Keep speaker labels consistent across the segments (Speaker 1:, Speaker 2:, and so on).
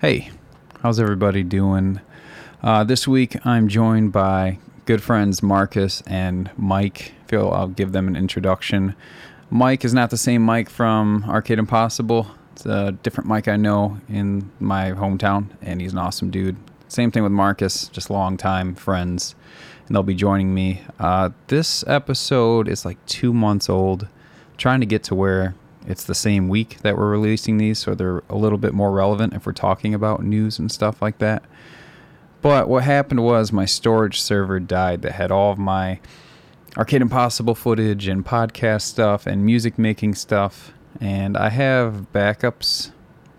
Speaker 1: Hey, how's everybody doing? Uh, this week I'm joined by good friends Marcus and Mike. Phil, I'll give them an introduction. Mike is not the same Mike from Arcade Impossible. It's a different Mike I know in my hometown, and he's an awesome dude. Same thing with Marcus, just longtime friends, and they'll be joining me. Uh, this episode is like two months old. trying to get to where it's the same week that we're releasing these, so they're a little bit more relevant if we're talking about news and stuff like that. But what happened was my storage server died that had all of my Arcade Impossible footage and podcast stuff and music making stuff. And I have backups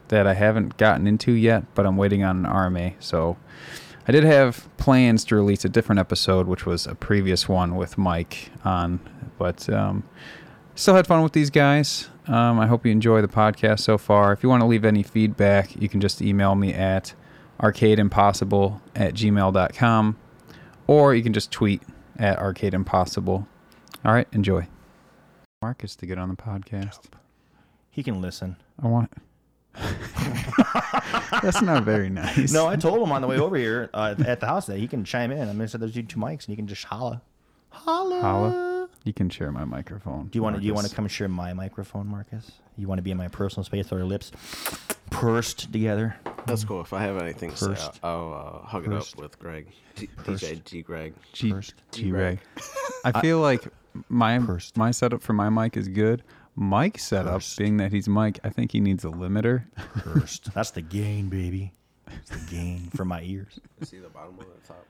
Speaker 1: that I haven't gotten into yet, but I'm waiting on an RMA. So I did have plans to release a different episode, which was a previous one with Mike on. But um, still had fun with these guys. Um, I hope you enjoy the podcast so far. If you want to leave any feedback, you can just email me at arcadeimpossible at gmail.com or you can just tweet at arcadeimpossible. All right, enjoy. Marcus to get on the podcast.
Speaker 2: He can listen.
Speaker 1: I want. That's not very nice.
Speaker 2: No, I told him on the way over here uh, at the house that he can chime in. I mean, I said there's you two mics and you can just holla, holla.
Speaker 1: Holla. You can share my microphone.
Speaker 2: Do you want to? Do you want to come share my microphone, Marcus? You want to be in my personal space with our lips pursed together?
Speaker 3: That's cool. If I have anything, to say,
Speaker 1: First.
Speaker 3: I'll, I'll uh, hug it up with Greg, D- DJ G Greg.
Speaker 1: G-
Speaker 2: First.
Speaker 1: G- Ray. I feel like my my setup for my mic is good. Mike's setup, being that he's Mike, I think he needs a limiter.
Speaker 2: Pursed. That's the gain, baby. It's the gain for my ears.
Speaker 3: Is he the bottom or the top?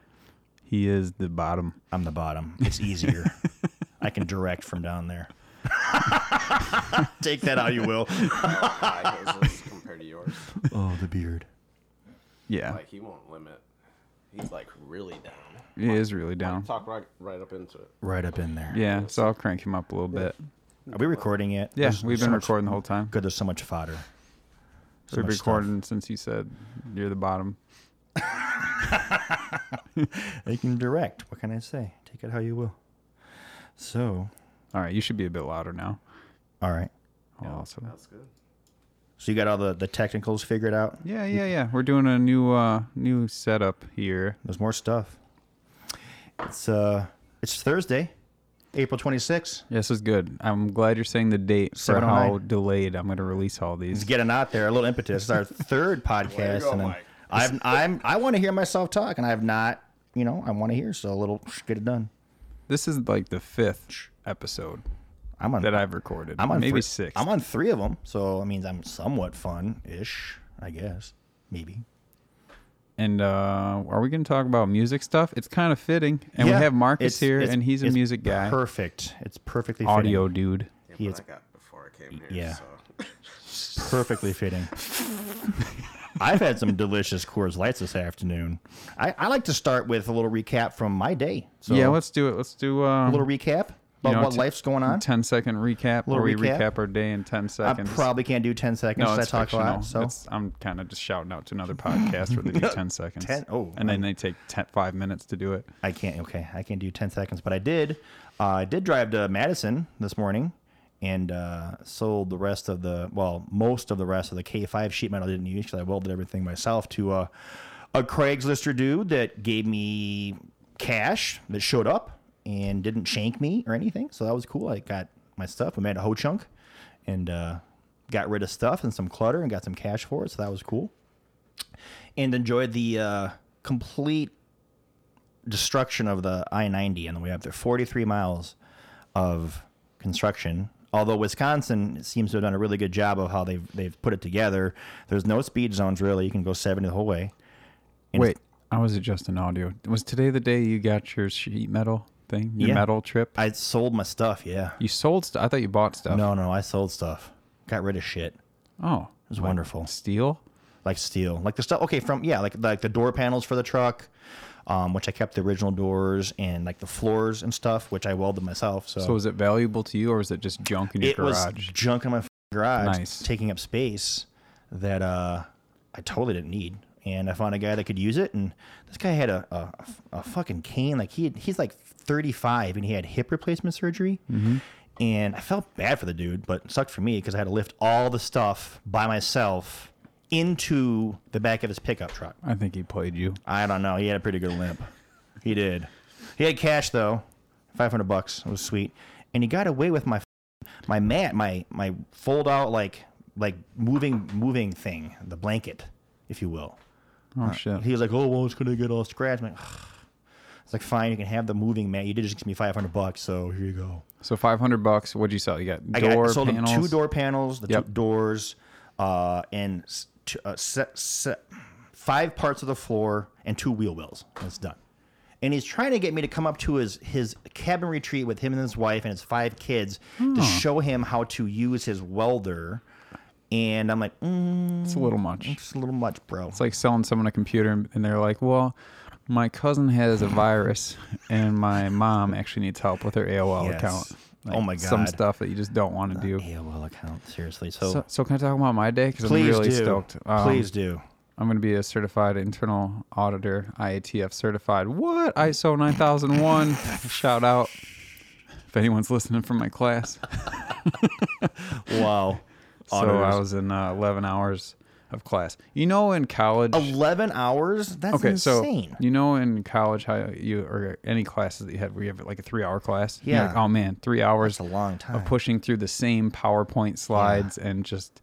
Speaker 1: He is the bottom.
Speaker 2: I'm the bottom. It's easier. I can direct from down there. Take that how you will.
Speaker 3: I his is compared to yours.
Speaker 2: Oh, the beard.
Speaker 1: Yeah,
Speaker 3: Like he won't limit. He's like really down.
Speaker 1: he is really down.
Speaker 3: Talk right, right up into it.
Speaker 2: Right up in there.
Speaker 1: Yeah, so I'll crank him up a little bit.
Speaker 2: Are we recording it?
Speaker 1: Yeah,
Speaker 2: There's
Speaker 1: we've
Speaker 2: so
Speaker 1: been
Speaker 2: much-
Speaker 1: recording the whole time.
Speaker 2: Good. There's so much fodder.
Speaker 1: We've
Speaker 2: So
Speaker 1: been
Speaker 2: much stuff.
Speaker 1: recording since you said you're the bottom.
Speaker 2: You can direct. What can I say? Take it how you will. So,
Speaker 1: All right, you should be a bit louder now.
Speaker 2: all right.
Speaker 1: Awesome.
Speaker 3: That's good.
Speaker 2: So you got all the, the technicals figured out.
Speaker 1: Yeah, yeah, yeah. We're doing a new uh new setup here.
Speaker 2: There's more stuff. It's uh, it's Thursday, April 26th.
Speaker 1: This is good. I'm glad you're saying the date for how
Speaker 2: 709.
Speaker 1: delayed I'm going to release all
Speaker 2: It's
Speaker 1: these.
Speaker 2: getting out there. A little impetus. It's our third podcast,
Speaker 3: go,
Speaker 2: and I'm,
Speaker 3: Mike.
Speaker 2: I've, I'm I want to hear myself talk, and I've not. You know, I want to hear. So a little get it done.
Speaker 1: This is like the fifth episode
Speaker 2: I'm on
Speaker 1: that I've recorded.
Speaker 2: I'm on
Speaker 1: maybe
Speaker 2: three,
Speaker 1: six.
Speaker 2: I'm on three of them, so it means I'm somewhat fun ish. I guess maybe.
Speaker 1: and uh, are we going to talk about music stuff? It's kind of fitting, and
Speaker 2: Yeah,
Speaker 1: we have Marcus
Speaker 2: it's-
Speaker 1: here,
Speaker 2: it's-
Speaker 1: and he's a
Speaker 2: it's
Speaker 1: music guy,
Speaker 2: Perfect. It's perfectly fitting.
Speaker 1: audio dude.
Speaker 3: Yeah,
Speaker 2: He
Speaker 3: but
Speaker 2: is-
Speaker 3: I got before I came here.
Speaker 2: Yeah.
Speaker 3: So.
Speaker 2: Perfectly fitting. I've had some delicious Coors Lights this afternoon. I, I like to start with a little recap from my day. So
Speaker 1: yeah, let's do it. Let's do um,
Speaker 2: a little recap about
Speaker 1: you know,
Speaker 2: what
Speaker 1: t-
Speaker 2: life's going on.
Speaker 1: 10 second recap where
Speaker 2: Little
Speaker 1: we recap.
Speaker 2: recap.
Speaker 1: our day in 10
Speaker 2: I
Speaker 1: seconds.
Speaker 2: probably can't do ten seconds.
Speaker 1: no,
Speaker 2: 'cause
Speaker 1: it's
Speaker 2: I talk a
Speaker 1: fictional.
Speaker 2: lot. So
Speaker 1: It's- I'm kind of just shouting out to another podcast where they do 10 seconds.
Speaker 2: 10 oh,
Speaker 1: and then they take 10, five minutes to do it.
Speaker 2: I can't. Okay, I can't do ten seconds. But I did. Uh, I did drive to Madison this morning and uh, sold the rest of the well, most of the rest of the K5 sheet metal I didn't use because I welded everything myself to uh, a Craigslister dude that gave me cash that showed up and didn't shank me or anything. So that was cool. I got my stuff. I made a whole chunk and uh, got rid of stuff and some clutter and got some cash for it. So that was cool. And enjoyed the uh, complete destruction of the I 90 on the way up there. 43 miles of construction. Although Wisconsin seems to have done a really good job of how they've, they've put it together. There's no speed zones really. You can go 70 the whole way. And
Speaker 1: Wait, I was adjusting audio. Was today the day you got your sheet metal thing, your
Speaker 2: Yeah.
Speaker 1: metal trip?
Speaker 2: I sold my stuff, yeah.
Speaker 1: you sold stuff. I thought you bought stuff.
Speaker 2: No, no, I sold stuff. Got rid of shit. It
Speaker 1: Oh,
Speaker 2: was wonderful.
Speaker 1: steel?
Speaker 2: like steel, like the stuff. Okay, from yeah, like like the door panels for the truck, um, which I kept the original doors and like the floors and stuff, which I welded myself. So,
Speaker 1: So was it valuable to you or was it just junk in your
Speaker 2: it was
Speaker 1: garage?
Speaker 2: junk in my f- garage,
Speaker 1: Nice.
Speaker 2: taking up space that uh, I totally didn't need. And I found a guy that could use it, and this guy had a a, a fucking cane. Like he had, he's like 35, and he had hip replacement surgery.
Speaker 1: Mm-hmm.
Speaker 2: And I felt bad for the dude, but it sucked for me because I had to lift all the stuff by myself into the back of his pickup truck.
Speaker 1: I think he played you.
Speaker 2: I don't know. He had a pretty good limp. He did. He had cash though, five hundred bucks. It was sweet, and he got away with my my mat, my my fold out like like moving moving thing, the blanket, if you will.
Speaker 1: Oh shit.
Speaker 2: He was like, "Oh, well, it's gonna get all scratched." I'm like, it's like fine, you can have the moving mat. You did just give me five hundred bucks, so here you go.
Speaker 1: so 500 bucks. What'd you sell? You got
Speaker 2: I
Speaker 1: door
Speaker 2: got sold
Speaker 1: panels.
Speaker 2: him two door panels, the two
Speaker 1: Yep.
Speaker 2: doors, uh, and s- two, uh, se- se- five parts of the floor and two wheel wells. And it's done. And he's trying to get me to come up to his his cabin retreat with him and his wife and his five kids
Speaker 1: Hmm.
Speaker 2: to show him how to use his welder. And I'm like, mm,
Speaker 1: It's a little much.
Speaker 2: it's a little much, bro.
Speaker 1: It's like selling someone a computer and and they're like, well, my cousin has a virus and my mom actually needs help with her AOL
Speaker 2: Yes.
Speaker 1: account.
Speaker 2: Oh my
Speaker 1: Some
Speaker 2: God.
Speaker 1: stuff that you just don't want to do.
Speaker 2: AOL account, seriously.
Speaker 1: So,
Speaker 2: So,
Speaker 1: so can I talk about my day? Because I'm
Speaker 2: please
Speaker 1: really
Speaker 2: do,
Speaker 1: stoked. Um,
Speaker 2: please do.
Speaker 1: I'm going to be a certified internal auditor, IATF certified. What? ISO 9001. Shout out. If anyone's listening from my class.
Speaker 2: Wow.
Speaker 1: So I was in uh, 11 hours of class. You know, in college.
Speaker 2: Eleven hours? That's
Speaker 1: Okay,
Speaker 2: Oh, insane.
Speaker 1: so you know in college how you or any classes that you had where you have like a three hour class. You're
Speaker 2: Yeah.
Speaker 1: like, oh man, three hours
Speaker 2: That's a long time.
Speaker 1: of pushing through the same PowerPoint slides and just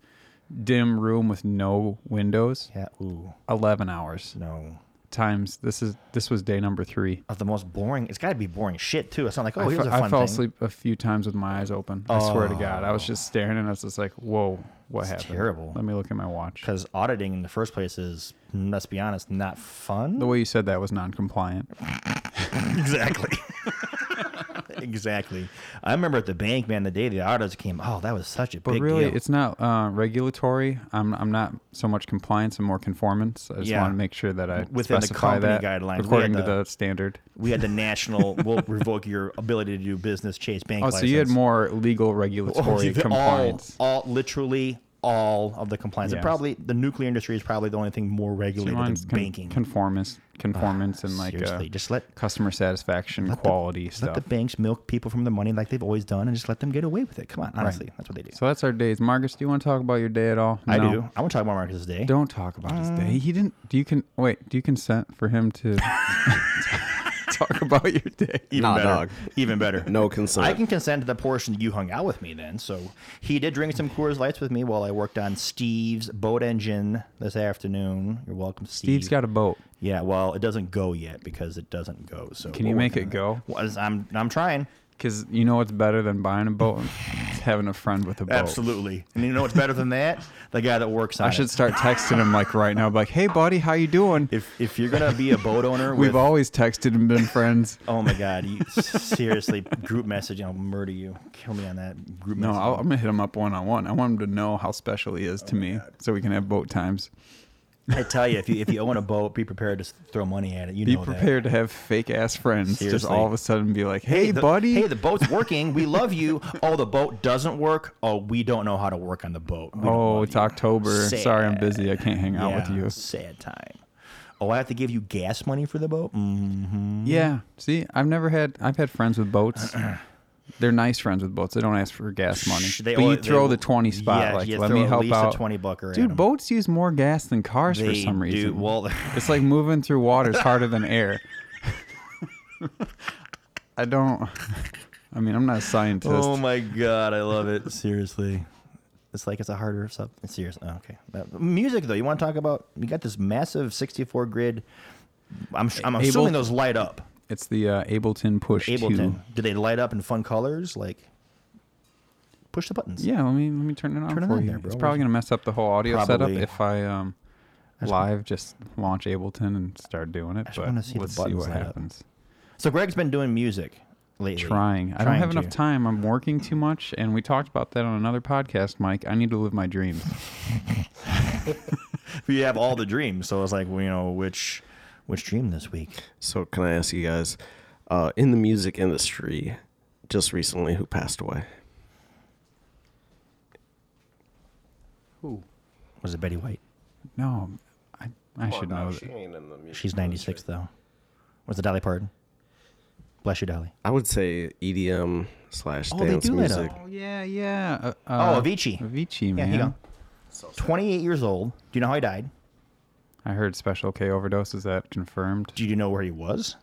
Speaker 1: dim room with no windows.
Speaker 2: yeah. Ooh.
Speaker 1: Eleven hours
Speaker 2: No.
Speaker 1: times this is this was day number three.
Speaker 2: Of the most boring. It's got to be boring shit too. It's not like oh,
Speaker 1: I
Speaker 2: here's
Speaker 1: fe-
Speaker 2: a
Speaker 1: I
Speaker 2: fun
Speaker 1: fell
Speaker 2: thing. Oh.
Speaker 1: asleep a few times with my eyes open. I swear to God, I was just staring and I was just like, whoa, what happened?
Speaker 2: terrible.
Speaker 1: Let me look at my watch.
Speaker 2: Because auditing in the first place is, mm, let's be honest, not fun.
Speaker 1: The way you said that was non-compliant.
Speaker 2: exactly. exactly. I remember at the bank, man, the day the audits came. Oh, that was such a
Speaker 1: But
Speaker 2: big
Speaker 1: really,
Speaker 2: deal.
Speaker 1: it's not uh, regulatory. I'm I'm not so much compliance and more conformance. I just
Speaker 2: Yeah.
Speaker 1: want to make sure that I
Speaker 2: Within the
Speaker 1: specify
Speaker 2: company
Speaker 1: that
Speaker 2: guidelines, we
Speaker 1: according to
Speaker 2: had
Speaker 1: the, standard.
Speaker 2: we had the national. we'll revoke your ability to do business, Chase Bank.
Speaker 1: Oh,
Speaker 2: license.
Speaker 1: so you had more legal
Speaker 2: Oh,
Speaker 1: regulatory
Speaker 2: the-
Speaker 1: compliance.
Speaker 2: All, all, literally all of the compliance. And
Speaker 1: Yes.
Speaker 2: Probably the nuclear industry is probably the only thing more regulated than
Speaker 1: Mine's con-
Speaker 2: banking. Ah,
Speaker 1: conformance, conformance, and like uh,
Speaker 2: Seriously, just let
Speaker 1: customer satisfaction, quality
Speaker 2: let
Speaker 1: stuff.
Speaker 2: the banks milk people from the money like they've always done, and just let them get away with it. Come on, honestly, that's what they do.
Speaker 1: so that's our days. Marcus, do you want to talk about your day at all?
Speaker 2: I
Speaker 1: No.
Speaker 2: do. I want to talk about Marcus today.
Speaker 1: Don't talk about his
Speaker 2: Mm.
Speaker 1: day. He didn't. Do you can wait? Do you consent for him to talk about your day?
Speaker 2: even
Speaker 3: Nah,
Speaker 2: better.
Speaker 3: dog.
Speaker 2: Even better.
Speaker 3: No consent.
Speaker 2: I can consent to the portion you hung out with me then. So he did drink some Coors Lights with me while I worked on Steve's boat engine this afternoon. You're welcome, Steve.
Speaker 1: Steve's got a boat.
Speaker 2: Yeah, well, it doesn't go yet because it doesn't go. So
Speaker 1: Can you
Speaker 2: we're
Speaker 1: make
Speaker 2: working
Speaker 1: it
Speaker 2: on
Speaker 1: go?
Speaker 2: Well, I'm I'm trying.
Speaker 1: Because you know what's better than buying a boat? It's having a friend with a boat.
Speaker 2: Absolutely. And you know what's better than that? The guy that works on
Speaker 1: Oh. I
Speaker 2: it.
Speaker 1: should start texting him like right now, like, "Hey, buddy, how you doing?"
Speaker 2: If if you're gonna be a boat owner,
Speaker 1: We've
Speaker 2: with,
Speaker 1: always texted and been friends.
Speaker 2: Oh my God! You, seriously, group message. I'll murder you. Kill me on that group
Speaker 1: No,
Speaker 2: message.
Speaker 1: I'll, I'm gonna hit him up one on one. I want him to know how special he is
Speaker 2: Oh
Speaker 1: to me, so we can have boat times.
Speaker 2: I tell you, if you if you own a boat, be prepared to s- throw money at it. You
Speaker 1: Be
Speaker 2: know
Speaker 1: prepared to have fake ass friends just
Speaker 2: Seriously.
Speaker 1: all of a sudden be like,
Speaker 2: that.
Speaker 1: "Hey,
Speaker 2: the,
Speaker 1: buddy."
Speaker 2: Hey, the boat's working. We love you. Oh, the boat doesn't work. Oh, we don't know how to work on the boat. We don't
Speaker 1: oh,
Speaker 2: love
Speaker 1: it's
Speaker 2: you.
Speaker 1: October.
Speaker 2: Sad.
Speaker 1: Sorry, I'm busy. I can't hang out with
Speaker 2: Yeah, Mm-hmm.
Speaker 1: you.
Speaker 2: Sad time. Oh, I have to give you gas money for the boat. Mm-hmm.
Speaker 1: Yeah. See, I've never had. I've had friends with boats. They're nice friends with boats. They don't ask for gas money. but you throw the twenty spot.
Speaker 2: Yeah,
Speaker 1: like,
Speaker 2: you
Speaker 1: let
Speaker 2: throw
Speaker 1: me
Speaker 2: at
Speaker 1: help
Speaker 2: least
Speaker 1: out.
Speaker 2: A Twenty bucker,
Speaker 1: Dude, boats use more gas than cars for some reason.
Speaker 2: Well,
Speaker 1: it's like moving through water is harder than air. I don't. I mean, I'm not a scientist.
Speaker 2: Oh my god, I love it. Seriously. It's like it's a harder sub. Seriously. Oh, okay. Uh, music though, you want to talk about you got this massive 64 grid. I'm I'm
Speaker 1: Ableton-
Speaker 2: assuming those light up.
Speaker 1: It's the uh, Ableton Push
Speaker 2: Ableton.
Speaker 1: Two.
Speaker 2: Do they light up in fun colors like push the buttons?
Speaker 1: Yeah, let me let me turn it on
Speaker 2: Turn it
Speaker 1: for
Speaker 2: on
Speaker 1: you.
Speaker 2: there, bro.
Speaker 1: It's probably gonna mess up the whole audio
Speaker 2: Probably.
Speaker 1: setup if I um live just launch Ableton and start doing it.
Speaker 2: just
Speaker 1: But
Speaker 2: wanna see the
Speaker 1: let's see
Speaker 2: buttons
Speaker 1: what
Speaker 2: light up.
Speaker 1: happens.
Speaker 2: So Greg's been doing music lately.
Speaker 1: Trying. I don't
Speaker 2: Trying
Speaker 1: have enough
Speaker 2: to.
Speaker 1: time. I'm working too much, and we talked about that on another podcast, Mike. I need to live my dreams.
Speaker 2: We have all the dreams. So it's like, well, you know, which which dream this week?
Speaker 3: So can I ask you guys, uh, in the music industry, just recently, who passed away?
Speaker 2: Was it Betty White?
Speaker 1: No, I I should know. that.
Speaker 3: ain't in the music.
Speaker 2: She's 96 though. Was it Dolly Parton? Bless you, Dolly.
Speaker 3: I would say EDM slash
Speaker 2: Oh, they
Speaker 3: dance
Speaker 2: do light up.
Speaker 3: music.
Speaker 1: Oh yeah, yeah. Uh,
Speaker 2: Oh,
Speaker 1: uh,
Speaker 2: Avicii.
Speaker 1: Avicii,
Speaker 2: Yeah,
Speaker 1: man.
Speaker 2: he gone. 28 years old. Do you know how he died?
Speaker 1: I heard Special K overdose. Is that confirmed?
Speaker 2: Do you know where he was?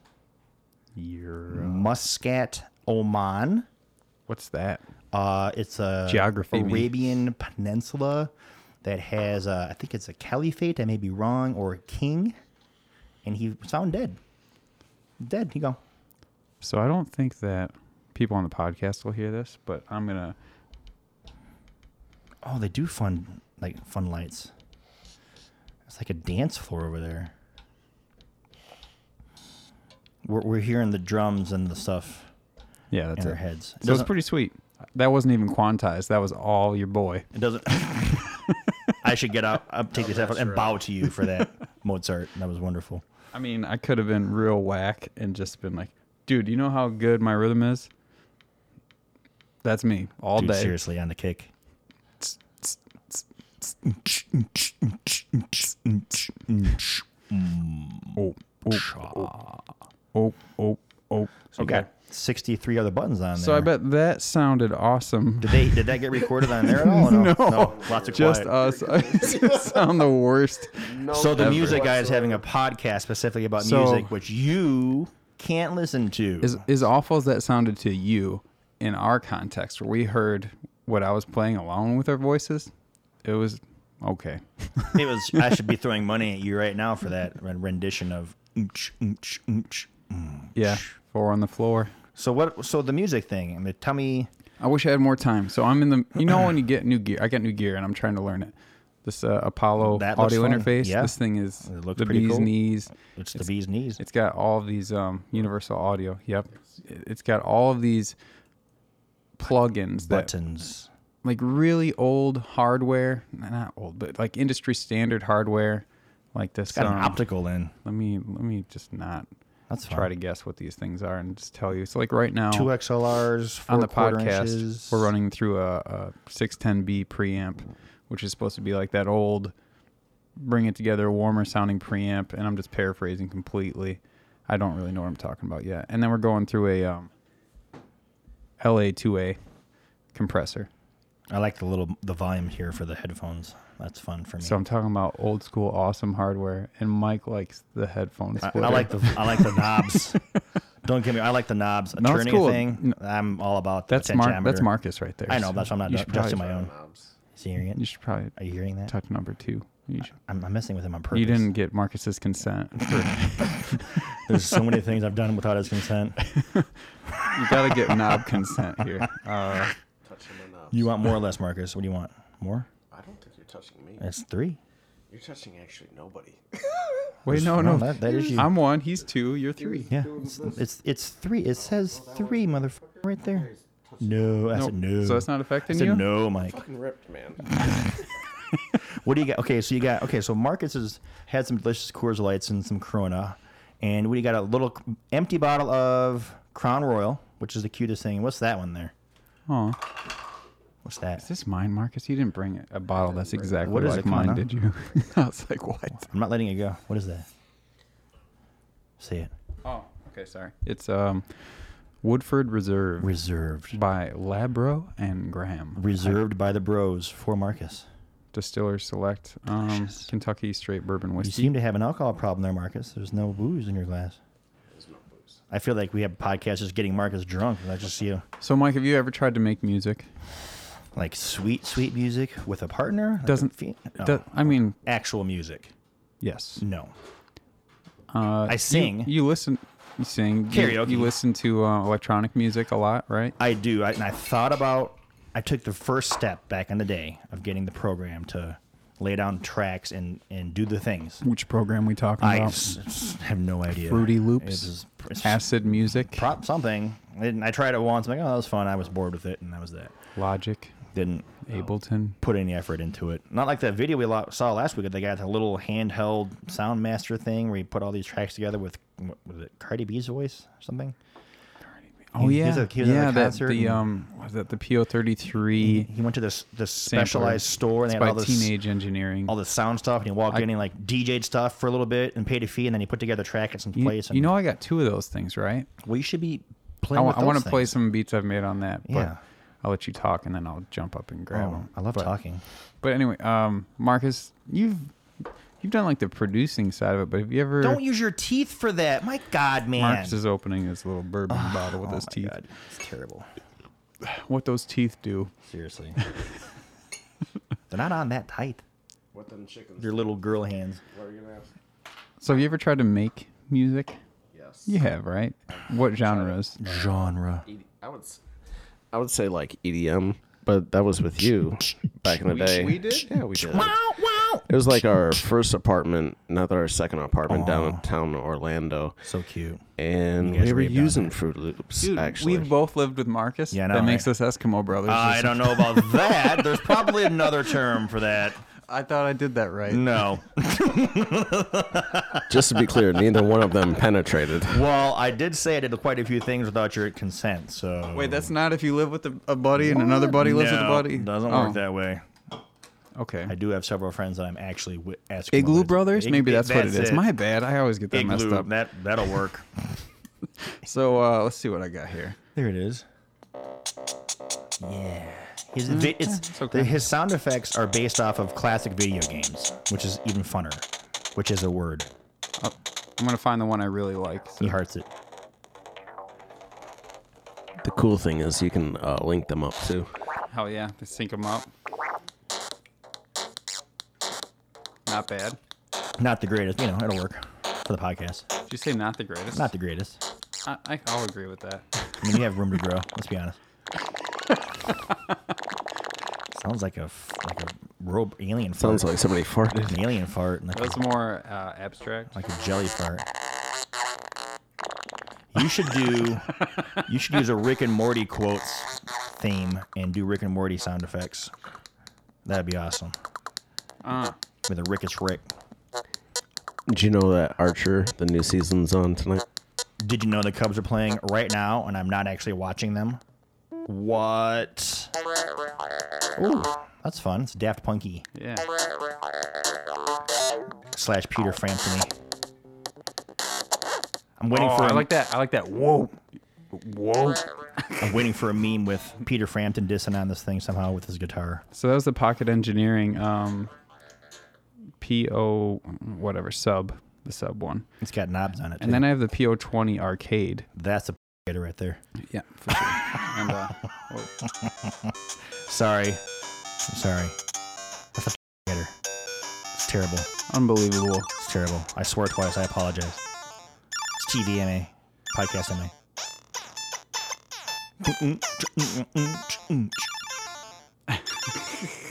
Speaker 1: You're,
Speaker 2: Muscat, Oman.
Speaker 1: what's that?
Speaker 2: Uh, it's a
Speaker 1: Geography, me.
Speaker 2: Arabian peninsula that has, uh, I think it's a caliphate. I may be wrong, or a king, and he was found dead. Dead. He go.
Speaker 1: So I don't think that people on the podcast will hear this, but I'm gonna.
Speaker 2: Oh, they do fun like fun lights. It's like a dance floor over there. We're, we're hearing the drums and the stuff
Speaker 1: Yeah, that's
Speaker 2: in our
Speaker 1: it.
Speaker 2: heads. It
Speaker 1: So it's
Speaker 2: doesn't-
Speaker 1: pretty sweet. That wasn't even quantized. That was all your boy.
Speaker 2: It doesn't. I should get up, up take this
Speaker 1: Oh,
Speaker 2: effort, and bow to you for that, Mozart. That was wonderful.
Speaker 1: I mean, I could have been real whack and just been like, dude, you know how good my rhythm is? That's me all
Speaker 2: Dude,
Speaker 1: day.
Speaker 2: seriously, on the kick.
Speaker 1: Oh, oh, oh, oh, oh.
Speaker 2: So okay. got 63 other buttons on there.
Speaker 1: So I bet that sounded awesome.
Speaker 2: Did, they, did that get recorded on there at all? or No. no. Lots of
Speaker 1: Just
Speaker 2: quiet.
Speaker 1: us. I sound the worst.
Speaker 3: No
Speaker 2: So the
Speaker 3: effort
Speaker 2: music guy is
Speaker 3: whatsoever.
Speaker 2: having a podcast specifically about
Speaker 1: So-
Speaker 2: music, which you can't listen to.
Speaker 1: As, as awful as that sounded to you in our context, where we heard what I was playing along with our voices, it was okay.
Speaker 2: it was I should be throwing money at you right now for that rendition of oonch, oonch, oonch. Mm.
Speaker 1: Yeah, four on the floor.
Speaker 2: So what? So the music thing. I mean, tell me.
Speaker 1: I wish I had more time. So I'm in the. You know when you get new gear, I got new gear and I'm trying to learn it. This uh, Apollo
Speaker 2: That looks
Speaker 1: audio
Speaker 2: fun.
Speaker 1: interface.
Speaker 2: Yeah.
Speaker 1: This thing is
Speaker 2: It looks
Speaker 1: the
Speaker 2: pretty
Speaker 1: bee's
Speaker 2: cool.
Speaker 1: knees.
Speaker 2: It's, the bee's knees.
Speaker 1: It's got all these um, universal audio. Yep. It- It's got all of these plugins that
Speaker 2: buttons.
Speaker 1: like really old hardware, not old, but like industry standard hardware, like this.
Speaker 2: Got
Speaker 1: um,
Speaker 2: an optical in.
Speaker 1: let me let me just not
Speaker 2: That's
Speaker 1: try
Speaker 2: fine.
Speaker 1: to guess what these things are and just tell you. So like right now
Speaker 2: Two XLRs. Four
Speaker 1: on the
Speaker 2: quarter
Speaker 1: podcast,
Speaker 2: Inches.
Speaker 1: we're running through a, a 610B preamp, which is supposed to be like that old, bring it together, warmer sounding preamp. And I'm just paraphrasing completely. I don't really know what I'm talking about yet. And then we're going through a um, LA2A compressor.
Speaker 2: I like the little the volume here for the headphones. That's fun for me.
Speaker 1: So I'm talking about old school, awesome hardware. And Mike likes the headphone
Speaker 2: I,
Speaker 1: splitter.
Speaker 2: I like the I like the knobs. Don't get me. I like the knobs.
Speaker 1: No, it's
Speaker 2: Attorney
Speaker 1: cool.
Speaker 2: thing. I'm all about the
Speaker 1: that's Mark. That's
Speaker 2: potentiometer.
Speaker 1: Marcus right there.
Speaker 2: I know. That's why I'm
Speaker 1: You
Speaker 2: not
Speaker 1: should
Speaker 2: adjusting
Speaker 1: probably-
Speaker 2: my own. Is he hearing
Speaker 1: You
Speaker 2: it?
Speaker 1: should probably
Speaker 2: Are you hearing that?
Speaker 1: touch number two. You, should-
Speaker 2: I'm, I'm messing with him on purpose.
Speaker 1: you didn't get Marcus's consent. for-
Speaker 2: There's so many things I've done without his consent.
Speaker 1: You gotta get knob consent here. Uh,
Speaker 3: Touching my knob.
Speaker 2: You want more or less, Marcus? What do you want? More?
Speaker 3: I don't think you're touching me.
Speaker 2: That's three.
Speaker 3: You're touching actually nobody.
Speaker 1: wait, no,
Speaker 2: No,
Speaker 1: no,
Speaker 2: that- that is you.
Speaker 1: I'm one. He's two. You're three.
Speaker 2: Yeah. It's it's, it's three. It says three, motherfucker, right there. No, I
Speaker 1: Nope.
Speaker 2: said no.
Speaker 1: So that's not
Speaker 2: I
Speaker 1: affecting
Speaker 2: said
Speaker 1: you.
Speaker 2: no, Mike.
Speaker 3: Fucking ripped, man.
Speaker 2: What do you got? Okay, so you got okay. So Marcus has had some delicious Coors Lights and some Corona, and we got a little empty bottle of Crown Royal, which is the cutest thing. What's that one there?
Speaker 1: Oh,
Speaker 2: What's that?
Speaker 1: is this mine, Marcus? You didn't bring a bottle that's exactly
Speaker 2: What is
Speaker 1: like
Speaker 2: it? Come
Speaker 1: mine,
Speaker 2: on now.
Speaker 1: did you? I was like, what?
Speaker 2: I'm not letting it go. What is that? Say it.
Speaker 1: Oh, okay, sorry. It's um, Woodford Reserve
Speaker 2: Reserved.
Speaker 1: by Labro and Graham.
Speaker 2: Reserved by the Bros for Marcus.
Speaker 1: Distillers Select, um, Kentucky Straight Bourbon
Speaker 2: You
Speaker 1: Whiskey.
Speaker 2: seem to have an alcohol problem there, Marcus. There's no booze in your glass.
Speaker 3: There's no booze.
Speaker 2: I feel like we have podcasts just getting Marcus drunk. and I just see you
Speaker 1: So, Mike, have you ever tried to make music?
Speaker 2: like sweet, sweet music with a partner. Like a
Speaker 1: Doesn't-
Speaker 2: fe- no.
Speaker 1: Do- I mean,
Speaker 2: actual music.
Speaker 1: yes.
Speaker 2: No.
Speaker 1: Uh,
Speaker 2: I sing.
Speaker 1: You, you listen, you sing You-
Speaker 2: Karaoke.
Speaker 1: You, listen to uh, electronic music a lot, right?
Speaker 2: I do. I, and I thought about. I took the first step back in the day of getting the program to lay down tracks and and do the things.
Speaker 1: Which program we talking
Speaker 2: I
Speaker 1: about?
Speaker 2: s- s- have no idea.
Speaker 1: Fruity Loops?
Speaker 2: It is- It's,
Speaker 1: Acid music,
Speaker 2: prop something. And I tried it once. I'm like, oh, that was fun. I was bored with it, and that was that.
Speaker 1: Logic,
Speaker 2: Didn't
Speaker 1: Ableton.
Speaker 2: put any effort into it. Not like that video we lo- saw last week. They got the little handheld Soundmaster thing where you put all these tracks together with what was it Cardi B's voice or something?
Speaker 1: Oh
Speaker 2: He-
Speaker 1: yeah,
Speaker 2: he's a- he was at a
Speaker 1: yeah. That,
Speaker 2: concert
Speaker 1: the
Speaker 2: and-
Speaker 1: um, was that the PO thirty three?
Speaker 2: He went to this this specialized store and they
Speaker 1: It's
Speaker 2: had
Speaker 1: by
Speaker 2: all this
Speaker 1: Teenage Engineering.
Speaker 2: all this sound stuff and he walked in and like DJ'd stuff for a little bit and paid a fee and then he put together a track at some
Speaker 1: you,
Speaker 2: place. And,
Speaker 1: you know, I got two of those things, right?
Speaker 2: well, you should be
Speaker 1: I
Speaker 2: playing. with those
Speaker 1: want to play
Speaker 2: things.
Speaker 1: some beats I've made on that. But
Speaker 2: Yeah.
Speaker 1: I'll let you talk and then I'll jump up and grab
Speaker 2: Oh,
Speaker 1: them.
Speaker 2: I love
Speaker 1: but,
Speaker 2: talking.
Speaker 1: But anyway, um, Marcus, you've you've done like the producing side of it, but have you ever?
Speaker 2: Don't use your teeth for that. My God, man.
Speaker 1: Marcus is opening his little bourbon bottle with
Speaker 2: oh
Speaker 1: his
Speaker 2: my
Speaker 1: teeth.
Speaker 2: God. It's terrible.
Speaker 1: What those teeth do?
Speaker 2: Seriously. They're not on that tight.
Speaker 3: What them chickens?
Speaker 2: They're little girl hands.
Speaker 3: What are you gonna ask?
Speaker 1: So have you ever tried to make music?
Speaker 3: Yes.
Speaker 1: You have, right? What genres?
Speaker 2: Genre.
Speaker 3: E- I would. s- I would say like EDM, but that was with you back in the day.
Speaker 1: we did?
Speaker 3: Yeah, we did.
Speaker 2: Wow, wow.
Speaker 3: It was like our first apartment, not our second apartment downtown Orlando,
Speaker 2: So cute.
Speaker 3: and
Speaker 2: guys
Speaker 3: we were
Speaker 2: raved on
Speaker 3: using Fruit Loops. actually,
Speaker 1: we've both lived with Marcus.
Speaker 2: Yeah, I know,
Speaker 1: that makes
Speaker 2: right?
Speaker 1: us Eskimo brothers.
Speaker 2: I don't know about that. There's probably another term for that.
Speaker 1: I thought I did that right.
Speaker 2: No.
Speaker 3: just to be clear, neither one of them penetrated.
Speaker 2: Well, I did say I did quite a few things without your consent, so.
Speaker 1: Wait, that's not if you live with a, a buddy and another buddy lives with a
Speaker 2: No,
Speaker 1: buddy.
Speaker 2: Doesn't
Speaker 1: Oh,
Speaker 2: work that way.
Speaker 1: Okay.
Speaker 2: I do have several friends that I'm actually wi- asking.
Speaker 1: Igloo
Speaker 2: whether-
Speaker 1: Brothers?
Speaker 2: Ig-
Speaker 1: Maybe
Speaker 2: ig-
Speaker 1: that's, what it is. My bad. I always get that messed
Speaker 2: Igloo.
Speaker 1: up.
Speaker 2: That that'll work.
Speaker 1: So uh, let's see what I got here.
Speaker 2: There it is. Yeah. His, vi- it's,
Speaker 1: okay.
Speaker 2: the- his sound effects are based off of classic video games, which is even funner, which is a word.
Speaker 1: Oh, I'm gonna find the one I really like.
Speaker 2: He
Speaker 1: So
Speaker 2: hearts it.
Speaker 3: The cool thing is you can uh, link them up too.
Speaker 1: hell yeah, they sync them up. Not bad.
Speaker 2: Not the greatest, you know, it'll work for the podcast.
Speaker 1: Did you say not the greatest?
Speaker 2: Not the greatest.
Speaker 1: I, I, I'll agree with that.
Speaker 2: I mean, you have room to grow, let's be honest. Sounds like a, f- like a robe alien fart.
Speaker 3: Sounds like somebody farted.
Speaker 2: an alien fart. Like a
Speaker 1: That's more uh, abstract.
Speaker 2: like a jelly fart. You should do. you should use a Rick and Morty quotes theme and do Rick and Morty sound effects. That'd be awesome.
Speaker 1: Uh,
Speaker 2: With a Rick, it's Rick.
Speaker 3: Did you know that Archer, the new season's on tonight?
Speaker 2: Did you know the Cubs are playing right now, and I'm not actually watching them? What? Ooh, that's fun. It's Daft Punky
Speaker 1: yeah.
Speaker 2: slash Peter Frampton. I'm waiting
Speaker 1: Oh,
Speaker 2: for.
Speaker 1: I
Speaker 2: a-
Speaker 1: like that. I like that. Whoa. Whoa.
Speaker 2: I'm waiting for a meme with Peter Frampton dissing on this thing somehow with his guitar.
Speaker 1: So that was the Pocket Engineering um, PO whatever sub, the sub one.
Speaker 2: It's got knobs on it.
Speaker 1: And then I have the PO20 arcade.
Speaker 2: That's a gator right there.
Speaker 1: Yeah, for sure. and uh, well,
Speaker 2: Sorry. I'm sorry. That's a gator. It's terrible.
Speaker 1: unbelievable.
Speaker 2: It's terrible. I swear twice. I apologize. It's TVMA. Podcast MA.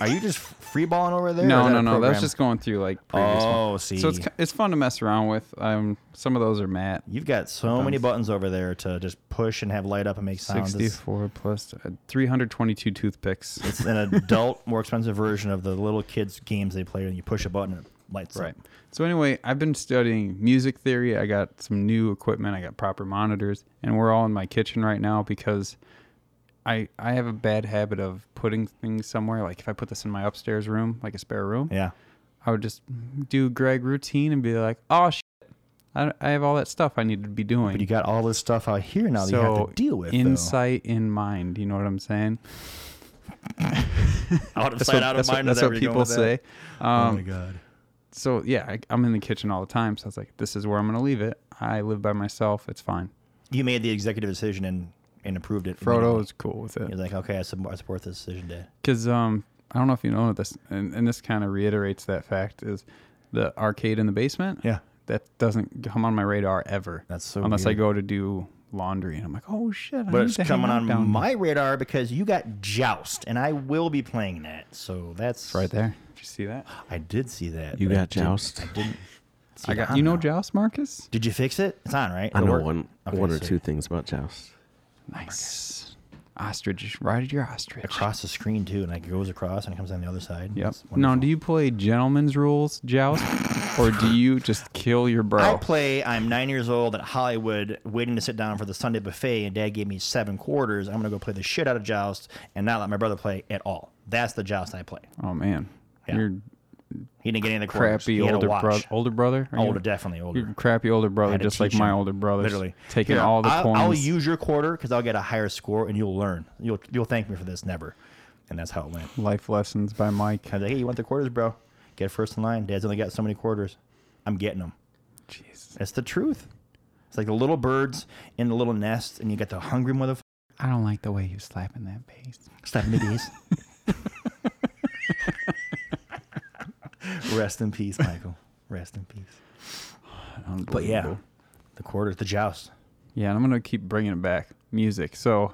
Speaker 2: Are you just freeballing over there?
Speaker 1: No,
Speaker 2: or is
Speaker 1: no,
Speaker 2: that a
Speaker 1: no. That's
Speaker 2: program?
Speaker 1: just going through like previous ones.
Speaker 2: Oh, see.
Speaker 1: So it's ki- it's fun to mess around with. Um, some of those are matte.
Speaker 2: You've got so many buttons over there to just push and have light up and make sounds. It's,
Speaker 1: 64 plus uh, 322 toothpicks.
Speaker 2: it's an adult, more expensive version of the little kids' games they play, and you push a button and it lights up.
Speaker 1: Right. So anyway, I've been studying music theory. I got some new equipment. I got proper monitors, and we're all in my kitchen right now because I I have a bad habit of putting things somewhere. Like if I put this in my upstairs room, like a spare room,
Speaker 2: Yeah.
Speaker 1: I would just do Greg routine and be like, "Oh shit, I, I have all that stuff I need to be doing."
Speaker 2: But you got all this stuff out here now that you have to deal with.
Speaker 1: insight in mind. You know what I'm saying?
Speaker 2: though. out of
Speaker 1: That's
Speaker 2: sight,
Speaker 1: what,
Speaker 2: out of
Speaker 1: that's what-
Speaker 2: mind.
Speaker 1: that's
Speaker 2: is that
Speaker 1: what
Speaker 2: where you're
Speaker 1: people
Speaker 2: going with
Speaker 1: say.
Speaker 2: that?
Speaker 1: Um,
Speaker 2: oh my god.
Speaker 1: so yeah, I, I'm in the kitchen all the time. So I was like, this is where I'm gonna leave it. I live by myself. It's fine.
Speaker 2: You made the executive decision and and approved it.
Speaker 1: Frodo
Speaker 2: immediately.
Speaker 1: is cool with
Speaker 2: You're
Speaker 1: it
Speaker 2: like, okay, I support, I support this decision, Dad.
Speaker 1: because um, I don't know if you know this, and, and this kind of reiterates that fact is the arcade in the basement.
Speaker 2: Yeah.
Speaker 1: that doesn't come on my radar ever.
Speaker 2: That's so
Speaker 1: unless I
Speaker 2: weird.
Speaker 1: go to do laundry and I'm like, oh shit, I
Speaker 2: But
Speaker 1: need
Speaker 2: it's
Speaker 1: to hang
Speaker 2: coming
Speaker 1: out
Speaker 2: on
Speaker 1: down
Speaker 2: my radar because you got Joust, and I will be playing that. So that's
Speaker 1: right there. Did you see that?
Speaker 2: I did see that.
Speaker 3: You
Speaker 2: but I
Speaker 3: got
Speaker 2: did-
Speaker 3: Joust?
Speaker 2: I didn't. see
Speaker 1: I
Speaker 2: it
Speaker 1: got
Speaker 2: on
Speaker 1: you know
Speaker 2: now.
Speaker 1: Joust Marcus.
Speaker 2: Did you fix it? It's on, right?
Speaker 3: I
Speaker 2: It'll
Speaker 3: know
Speaker 2: work?
Speaker 3: one,
Speaker 2: Okay,
Speaker 3: one or
Speaker 2: so
Speaker 3: two things about Joust.
Speaker 1: Nice. Ostrich, right at your ostrich.
Speaker 2: Across the screen too, and like it goes across and it comes on the other side.
Speaker 1: Yep.
Speaker 2: It's
Speaker 1: Now,
Speaker 2: wonderful.
Speaker 1: do you play gentleman's rules joust, or do you just kill your bro?
Speaker 2: I play. I'm nine years old at Hollywood, waiting to sit down for the Sunday buffet, and Dad gave me seven quarters. I'm gonna go play the shit out of Joust and not let my brother play at all. That's the Joust I play.
Speaker 1: oh man,
Speaker 2: Yeah.
Speaker 1: you're
Speaker 2: He didn't get any of the quarters.
Speaker 1: crappy
Speaker 2: He had a
Speaker 1: older
Speaker 2: watch.
Speaker 1: brother. Older brother? Are you-
Speaker 2: Older, definitely older.
Speaker 1: you're a crappy older brother,
Speaker 2: Had to
Speaker 1: just like
Speaker 2: teach
Speaker 1: my
Speaker 2: him,
Speaker 1: older brother.
Speaker 2: literally
Speaker 1: taking
Speaker 2: Here,
Speaker 1: all the
Speaker 2: I'll,
Speaker 1: coins.
Speaker 2: I'll use your quarter because I'll get a higher score, and you'll learn. You'll you'll thank me for this never, and that's how it went.
Speaker 1: Life lessons by Mike.
Speaker 2: I was like, hey, you want the quarters, bro? Get first in line. Dad's only got so many quarters. I'm getting them.
Speaker 1: Jeez,
Speaker 2: That's the truth. It's like the little birds in the little nest, and you got the hungry motherfucker
Speaker 1: I don't like the way you're slapping that bass.
Speaker 2: slapping the bees. Rest in peace, Michael. Rest in peace. But yeah,
Speaker 1: Unbelievable.
Speaker 2: the quarters, the joust.
Speaker 1: yeah, and I'm gonna keep bringing it back. Music. So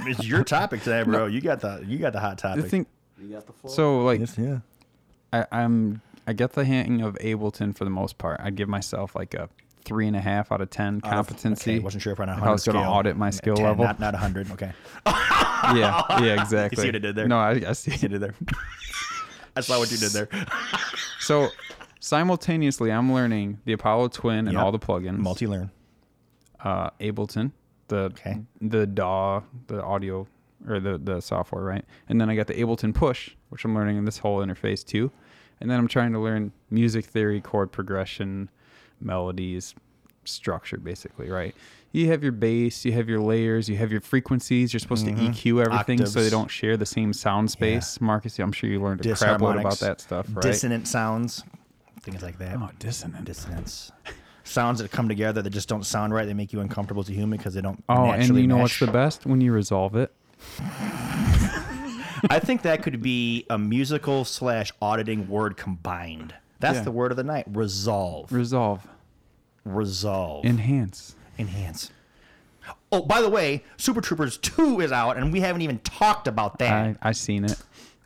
Speaker 2: It's your topic today, bro. You got the you got the hot
Speaker 1: the
Speaker 2: topic.
Speaker 1: thing.
Speaker 3: You got the floor.
Speaker 1: So like
Speaker 2: Yes, yeah.
Speaker 1: I, I'm I get the hang of Ableton for the most part. I'd give myself like a three and a half out of ten competency.
Speaker 2: Oh, Okay, wasn't sure if on a
Speaker 1: If
Speaker 2: hundred.
Speaker 1: I was gonna
Speaker 2: scale.
Speaker 1: audit my skill
Speaker 2: 10,
Speaker 1: level.
Speaker 2: Not not a hundred. Okay,
Speaker 1: yeah, yeah, exactly.
Speaker 2: what I did there?
Speaker 1: No, I, I see.
Speaker 2: you did there. I saw what you did there.
Speaker 1: So simultaneously, I'm learning the Apollo Twin and
Speaker 2: Yep.
Speaker 1: all the plugins,
Speaker 2: Multi learn.
Speaker 1: uh, Ableton, the
Speaker 2: Okay.
Speaker 1: the DAW, the audio or the the software, right? And then I got the Ableton Push, which I'm learning in this whole interface too. And then I'm trying to learn music theory, chord progression, melodies, structure, basically, right? You have your bass, you have your layers, you have your frequencies. You're supposed to EQ everything so they
Speaker 2: Mm-hmm. Octaves.
Speaker 1: don't share the same sound space. Marcus, I'm sure you learned a crap load about
Speaker 2: Disharmonics,
Speaker 1: that stuff, right?
Speaker 2: Dissonant sounds, things like that.
Speaker 1: oh, dissonant.
Speaker 2: Dissonance. sounds that come together that just don't sound right. They make you uncomfortable as a human because they don't.
Speaker 1: Oh,
Speaker 2: naturally
Speaker 1: and you know what's
Speaker 2: mesh.
Speaker 1: the best? When you resolve it.
Speaker 2: I think that could be a musical slash auditing word combined. That's
Speaker 1: Yeah.
Speaker 2: the word of the night. Resolve.
Speaker 1: Resolve.
Speaker 2: Resolve.
Speaker 1: Enhance.
Speaker 2: Enhance. Oh, by the way, Super Troopers 2 is out, and we haven't even talked about that.
Speaker 1: I I seen it.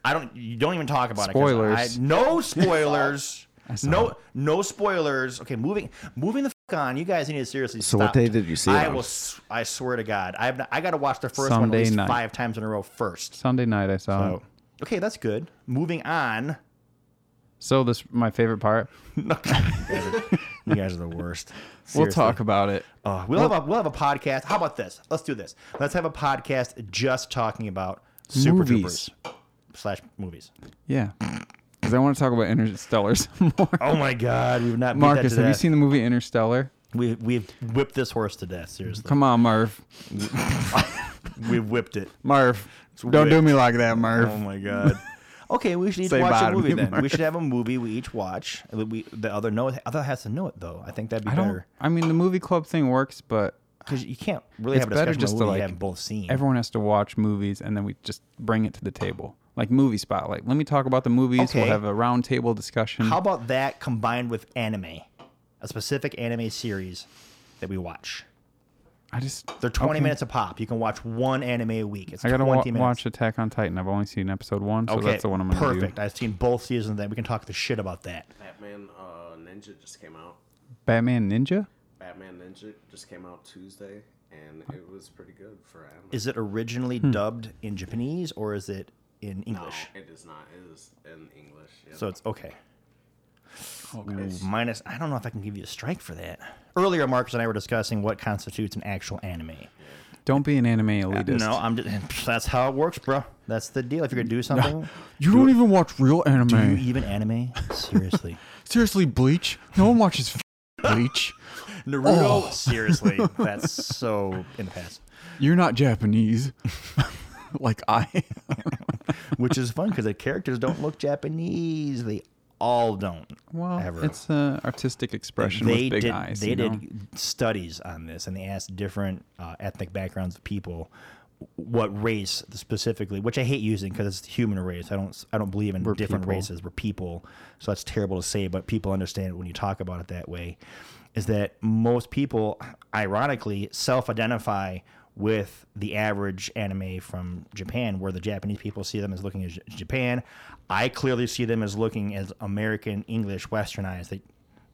Speaker 2: I don't. You don't even talk about it. 'cause
Speaker 1: Spoilers.
Speaker 2: I, no spoilers.
Speaker 1: saw
Speaker 2: no no spoilers. Okay, moving moving the fuck on. You guys need to seriously.
Speaker 3: So
Speaker 2: stop.
Speaker 3: what day did you see it
Speaker 2: I
Speaker 3: on?
Speaker 2: will. s- I swear to God, I've not, I got to watch the first one at
Speaker 1: Sunday
Speaker 2: least
Speaker 1: night.
Speaker 2: five times in a row first.
Speaker 1: Sunday night I saw
Speaker 2: So
Speaker 1: it.
Speaker 2: okay, that's good. Moving on.
Speaker 1: So this my favorite part.
Speaker 2: You guys are the worst.
Speaker 1: We'll
Speaker 2: Seriously.
Speaker 1: talk about it.
Speaker 2: Uh, we'll have a we'll have a podcast. How about this? Let's do this. Let's have a podcast just talking about Super
Speaker 1: Movies.
Speaker 2: Troopers slash movies.
Speaker 1: Yeah. Because I want to talk about Interstellar some more.
Speaker 2: Oh my God, we've not beat that
Speaker 1: Marcus,
Speaker 2: to
Speaker 1: have you
Speaker 2: death.
Speaker 1: seen the movie Interstellar?
Speaker 2: We we've whipped this horse to death. Seriously,
Speaker 1: Come on, Marv.
Speaker 2: we've whipped it.
Speaker 1: Marv. Don't do
Speaker 2: whipped.
Speaker 1: me like that, Marv.
Speaker 2: Oh my god. Okay, we should each
Speaker 1: Say bye
Speaker 2: watch a
Speaker 1: to
Speaker 2: movie
Speaker 1: me,
Speaker 2: then. We
Speaker 1: Mark.
Speaker 2: should have a movie we each watch. We, the other know other has to know it though. I think that'd be
Speaker 1: I don't
Speaker 2: better
Speaker 1: I mean the movie club thing works, but
Speaker 2: because you can't really
Speaker 1: It's
Speaker 2: have a
Speaker 1: better
Speaker 2: discussion
Speaker 1: just
Speaker 2: about
Speaker 1: to,
Speaker 2: a movie
Speaker 1: like,
Speaker 2: you haven't both seen.
Speaker 1: everyone has to watch movies and then we just bring it to the table. Like movie spotlight. Let me talk about the movies.
Speaker 2: Okay.
Speaker 1: We'll have a round table discussion.
Speaker 2: How about that combined with anime, a specific anime series that we watch.
Speaker 1: I just
Speaker 2: They're 20
Speaker 1: Okay.
Speaker 2: minutes a pop. You can watch one anime a week. It's
Speaker 1: I gotta
Speaker 2: 20
Speaker 1: wa-
Speaker 2: minutes.
Speaker 1: watch Attack on Titan. I've only seen episode one, so
Speaker 2: okay,
Speaker 1: that's the one I'm gonna do.
Speaker 2: perfect. I've seen both seasons of that. We can talk the shit about that.
Speaker 3: Batman uh, Ninja just came out.
Speaker 1: Batman Ninja.
Speaker 3: Batman Ninja just came out Tuesday, and it was pretty good for anime.
Speaker 2: Is it originally
Speaker 1: Hmm.
Speaker 2: dubbed in Japanese or is it in English?
Speaker 3: it is not. It is in English. Yeah.
Speaker 2: So it's okay. Ooh, minus, I don't know if I can give you a strike for that. Earlier, Marcus and I were discussing what constitutes an actual anime.
Speaker 1: Don't be an anime elitist.
Speaker 2: Uh, No, I'm just, that's how it works, bro. That's the deal. If you're going to do something,
Speaker 1: you don't even watch real
Speaker 2: you
Speaker 1: anime.
Speaker 2: even anime? Seriously.
Speaker 1: Seriously, Bleach. No one watches Bleach.
Speaker 2: Naruto? Oh. Seriously. That's so in the past.
Speaker 1: You're not Japanese, like I.
Speaker 2: Which is fun because the characters don't look Japanese. They all don't.
Speaker 1: Well,
Speaker 2: Ever.
Speaker 1: it's an artistic expression
Speaker 2: they
Speaker 1: with big
Speaker 2: did
Speaker 1: eyes.
Speaker 2: they
Speaker 1: you know?
Speaker 2: did studies on this and they asked different uh, ethnic backgrounds of people what race specifically which i hate using because it's the human race i don't i don't believe in different
Speaker 1: people.
Speaker 2: races we're people so that's terrible to say but people understand it when you talk about it that way is that most people ironically self-identify with the average anime from Japan, where the Japanese people see them as looking as J- Japan, I clearly see them as looking as American English Westernized. They,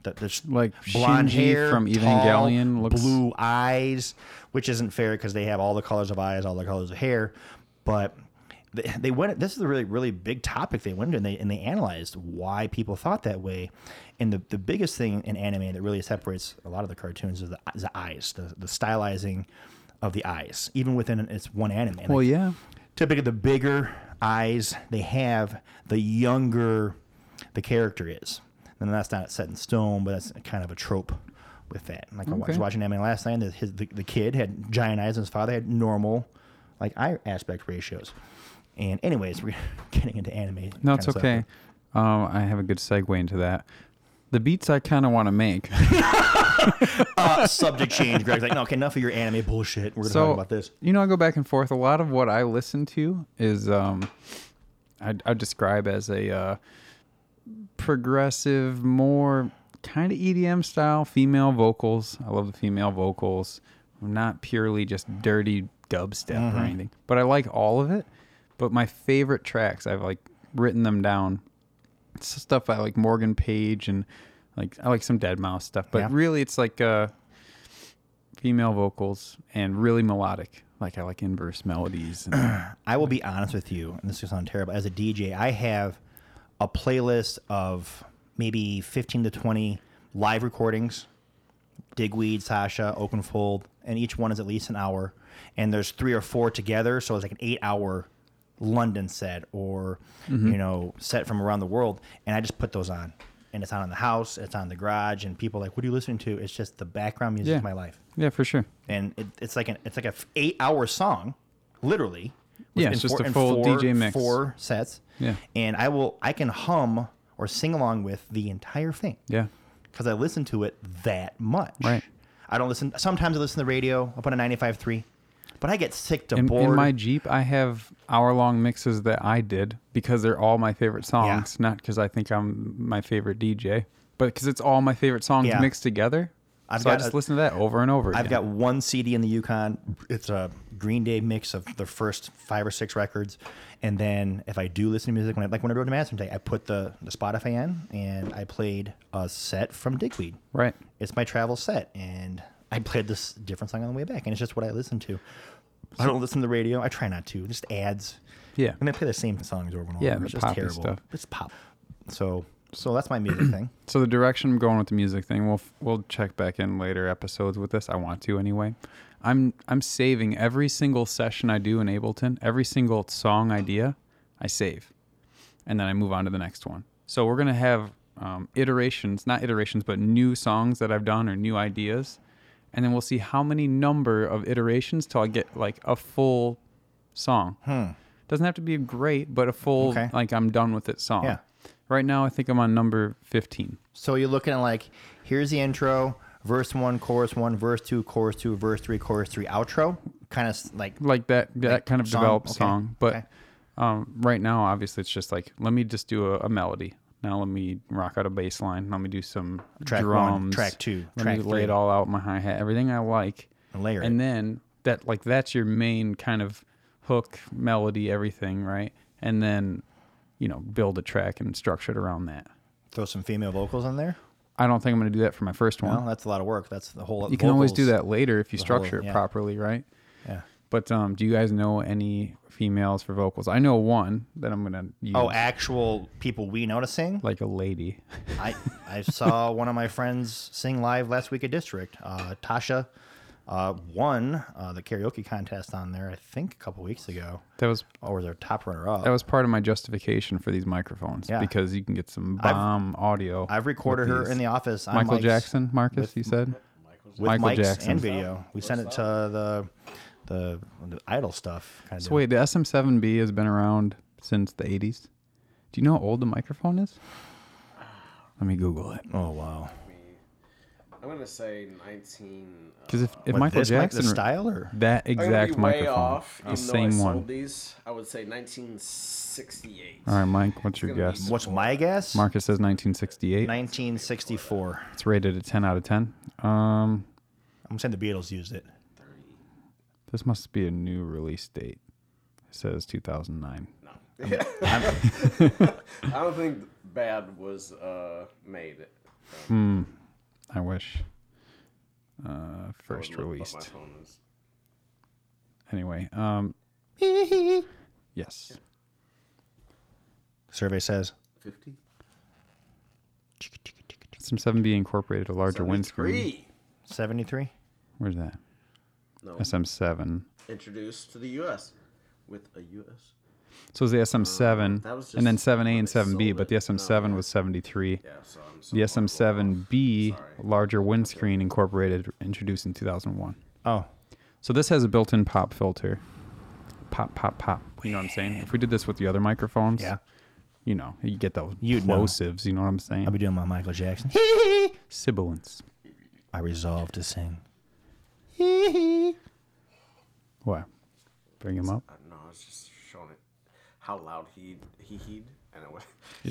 Speaker 2: that there's
Speaker 1: Like
Speaker 2: blonde
Speaker 1: Shinji
Speaker 2: hair
Speaker 1: from
Speaker 2: tall,
Speaker 1: Evangelion looks-
Speaker 2: blue eyes, which isn't fair because they have all the colors of eyes, all the colors of hair. But they, they went. This is a really really big topic they went into, and they and they analyzed why people thought that way. And the, the biggest thing in anime that really separates a lot of the cartoons is the, is the eyes, the, the stylizing of the eyes, even within it's one anime. Like,
Speaker 1: Well, yeah.
Speaker 2: typically the bigger eyes they have, the younger the character is. And that's not set in stone, but that's kind of a trope with that. Like I was
Speaker 1: Okay.
Speaker 2: watching anime last night, and his, the, the kid had giant eyes, and his father had normal, like eye aspect ratios. And anyways, we're getting into anime.
Speaker 1: No, it's
Speaker 2: kinda stuff.
Speaker 1: okay. Um, I have a good segue into that. The beats I kind of want to make.
Speaker 2: Uh, subject change. Greg's like, no, okay, enough of your anime bullshit. We're gonna
Speaker 1: so
Speaker 2: talk about this.
Speaker 1: you know, I go back and forth. A lot of what I listen to is um, I I describe as a uh, progressive, more kind of EDM style female vocals. I love the female vocals. Not purely just dirty dubstep
Speaker 2: Mm-hmm.
Speaker 1: or anything, but I like all of it. But my favorite tracks, I've like written them down. It's stuff I like Morgan Page and like I like some Dead Mouse stuff, but
Speaker 2: Yeah.
Speaker 1: really it's like uh, female vocals and really melodic. Like I like inverse melodies. And,
Speaker 2: I will be honest with you, and this is sound terrible. As a DJ, I have a playlist of maybe 15 to 20 live recordings Digweed, Sasha, Oakenfold, and each one is at least an hour. And there's three or four together, so it's like an eight hour London set or you know set from around the world. And I just put those on, and it's on in the house, it's on in the garage, and people are like, "What are you listening to?" It's just the background music
Speaker 1: Yeah.
Speaker 2: of my life,
Speaker 1: yeah, for sure.
Speaker 2: and it, it's like an it's like a f- eight hour song, literally. with-
Speaker 1: Yeah, it's
Speaker 2: in
Speaker 1: just a
Speaker 2: in
Speaker 1: full DJ mix.
Speaker 2: Four sets.
Speaker 1: Yeah.
Speaker 2: and I will I can hum or sing along with the entire thing
Speaker 1: Yeah,
Speaker 2: because I listen to it that much.
Speaker 1: Right.
Speaker 2: I don't listen. Sometimes I listen to the radio. I put a 95.3, but I get sick to
Speaker 1: in,
Speaker 2: bored.
Speaker 1: in my Jeep, I have hour-long mixes that I did because they're all my favorite songs, not because I think I'm my favorite DJ, but because it's all my favorite songs
Speaker 2: Yeah.
Speaker 1: mixed together.
Speaker 2: I've
Speaker 1: so I
Speaker 2: got
Speaker 1: just
Speaker 2: a-
Speaker 1: listen to that over and over.
Speaker 2: I've
Speaker 1: again.
Speaker 2: got one CD in the Yukon. It's a Green Day mix of the first five or six records, and then if I do listen to music, when I, like when I rode to Madison today, I put the, the Spotify in and I played a set from Digweed.
Speaker 1: right.
Speaker 2: It's my travel set, and I played this different song on the way back, and it's just what I listen to. I don't listen to the radio. I try not to. Just ads.
Speaker 1: Yeah.
Speaker 2: And they play the same songs over and over.
Speaker 1: Yeah,
Speaker 2: Yeah,
Speaker 1: the
Speaker 2: it's just
Speaker 1: poppy
Speaker 2: terrible.
Speaker 1: stuff.
Speaker 2: It's pop. So, so that's my music thing.
Speaker 1: So the direction I'm going with the music thing, we'll f- we'll check back in later episodes with this. I want to anyway. I'm I'm saving every single session I do in Ableton, every single song idea, I save, and then I move on to the next one. So we're gonna have um, iterations, not iterations, but new songs that I've done or new ideas, and then we'll see how many number of iterations till I get like a full song. Doesn't have to be great, but a full
Speaker 2: Okay.
Speaker 1: like I'm done with it song.
Speaker 2: Yeah.
Speaker 1: Right now, I think I'm on number 15.
Speaker 2: So you're looking at like, here's the intro, verse one, chorus one, verse two, chorus two, verse three, chorus three, outro. Kind of like,
Speaker 1: like that that kind of
Speaker 2: song?
Speaker 1: developed
Speaker 2: Okay.
Speaker 1: song but
Speaker 2: Okay.
Speaker 1: um, right now obviously it's just like let me just do a, a melody now let me rock out a bass line let me do some
Speaker 2: Track one,
Speaker 1: drums
Speaker 2: track two,
Speaker 1: let
Speaker 2: track
Speaker 1: me lay it
Speaker 2: three.
Speaker 1: all out my hi-hat everything i like
Speaker 2: And layer
Speaker 1: and
Speaker 2: it.
Speaker 1: then that like that's your main kind of hook melody everything right and then you know build a track and structure it around that
Speaker 2: throw some female vocals in there.
Speaker 1: i don't think i'm going to do that for my first one
Speaker 2: Well, that's a lot of work. That's the whole.
Speaker 1: you can always do that later if you
Speaker 2: whole-
Speaker 1: structure
Speaker 2: yeah.
Speaker 1: it properly right
Speaker 2: Yeah.
Speaker 1: but um, do you guys know any females for vocals? I know one that I'm gonna use,
Speaker 2: Oh, actual people we know to sing.
Speaker 1: like a lady.
Speaker 2: I I saw one of my friends sing live last week at District. Uh, Tasha uh, won uh, the karaoke contest on there. I think a couple weeks ago. Oh,
Speaker 1: That was
Speaker 2: or was our top runner up.
Speaker 1: that was part of my justification for these microphones
Speaker 2: Yeah.
Speaker 1: because you can get some bomb audio.
Speaker 2: I've recorded her
Speaker 1: these.
Speaker 2: in the office. On
Speaker 1: Michael
Speaker 2: mics,
Speaker 1: Jackson, Marcus. you said
Speaker 2: with
Speaker 1: Michael
Speaker 2: mics
Speaker 1: Jackson.
Speaker 2: and video. We sent it to the the, the idol stuff. Kind
Speaker 1: so. Wait, the SM7B has been around since the 80s. Do you know how old the microphone is? Let me Google it.
Speaker 2: Oh wow!
Speaker 3: I'm gonna say 19.
Speaker 1: Because if, if
Speaker 2: What,
Speaker 1: Michael
Speaker 2: this, like,
Speaker 1: Jackson,
Speaker 2: the style or
Speaker 1: that
Speaker 3: I'm gonna be
Speaker 1: exact
Speaker 3: way
Speaker 1: microphone,
Speaker 3: off.
Speaker 1: the
Speaker 3: even though I
Speaker 1: same
Speaker 3: sold
Speaker 1: one.
Speaker 3: These, I would say 1968.
Speaker 1: All right, Mike. What's your
Speaker 3: gonna be
Speaker 1: guess?
Speaker 3: more-
Speaker 2: what's my guess?
Speaker 1: Marcus says 1968.
Speaker 2: 1964.
Speaker 1: It's rated a 10 out of 10. Um,
Speaker 2: I'm saying the Beatles used it.
Speaker 1: This must be a new release date. It says 2009.
Speaker 3: I don't think Bad was uh, made.
Speaker 1: I wish. Uh, first
Speaker 3: Oh, Look, but My
Speaker 1: released.
Speaker 3: phone is.
Speaker 1: Anyway, um, yes.
Speaker 2: Survey says
Speaker 3: 50.
Speaker 1: Some 7B incorporated a larger windscreen.
Speaker 3: 73.
Speaker 2: 73.
Speaker 1: Where's that?
Speaker 3: No.
Speaker 1: SM7.
Speaker 3: Introduced to the U.S. with a U.S.
Speaker 1: So it was the SM7,
Speaker 3: Uh, that was just
Speaker 1: and then 7A
Speaker 3: when
Speaker 1: and
Speaker 3: they sold
Speaker 1: 7B, but
Speaker 3: it.
Speaker 1: the
Speaker 3: No,
Speaker 1: SM7 was 73.
Speaker 3: Yeah, so I'm so
Speaker 1: The
Speaker 3: far below.
Speaker 1: SM7B,
Speaker 3: Sorry.
Speaker 1: larger windscreen incorporated, introduced in 2001.
Speaker 2: Oh,
Speaker 1: So this has a built-in pop filter. Pop, pop, pop. You know what I'm saying? If we did this with the other microphones,
Speaker 2: Yeah.
Speaker 1: you know, you get those
Speaker 2: You'd know.
Speaker 1: plosives. You know what I'm saying?
Speaker 2: I'll be doing my Michael Jackson.
Speaker 1: Sibilance.
Speaker 2: I resolve to sing.
Speaker 1: What? Bring him up.
Speaker 3: I don't know. I was just showing it how loud he he heed and it was
Speaker 1: It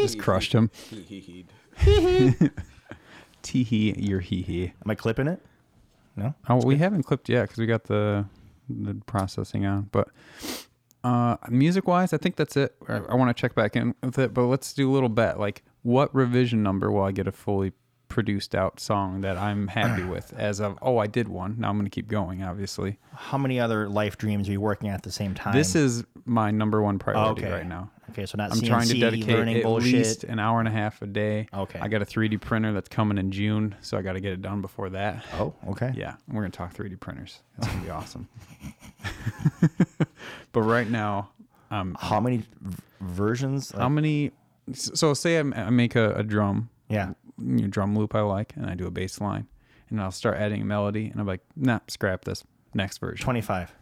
Speaker 1: just, just crushed him.
Speaker 3: he he heed.
Speaker 1: Tee hee, your hee hee.
Speaker 2: Am I clipping it? No.
Speaker 1: Oh, we haven't clipped yet because we got the the processing on. But uh, music wise, I think that's it. I, I want to check back in with it, but let's do a little bet. Like, what revision number will I get a fully produced out song that I'm happy with? As of oh, I did one. Now I'm going to keep going. Obviously,
Speaker 2: How many other life dreams are you working at the same time?
Speaker 1: this is my number one priority right now.
Speaker 2: Okay, so not
Speaker 1: I'm
Speaker 2: CNC,
Speaker 1: trying to dedicate
Speaker 2: learning
Speaker 1: at
Speaker 2: bullshit.
Speaker 1: least an hour and a half a day.
Speaker 2: Okay.
Speaker 1: I got a 3D printer that's coming in June, so I got to get it done before that.
Speaker 2: Oh, okay.
Speaker 1: Yeah, we're gonna talk 3D printers. It's gonna be awesome. but right now, um,
Speaker 2: How many v- versions? Like,
Speaker 1: how many? So say I m- I make a, a drum,
Speaker 2: yeah.
Speaker 1: you know, drum loop I like, and I do a bass line, and I'll start adding a melody, and I'm like, nah, scrap this. Next version,
Speaker 2: 25.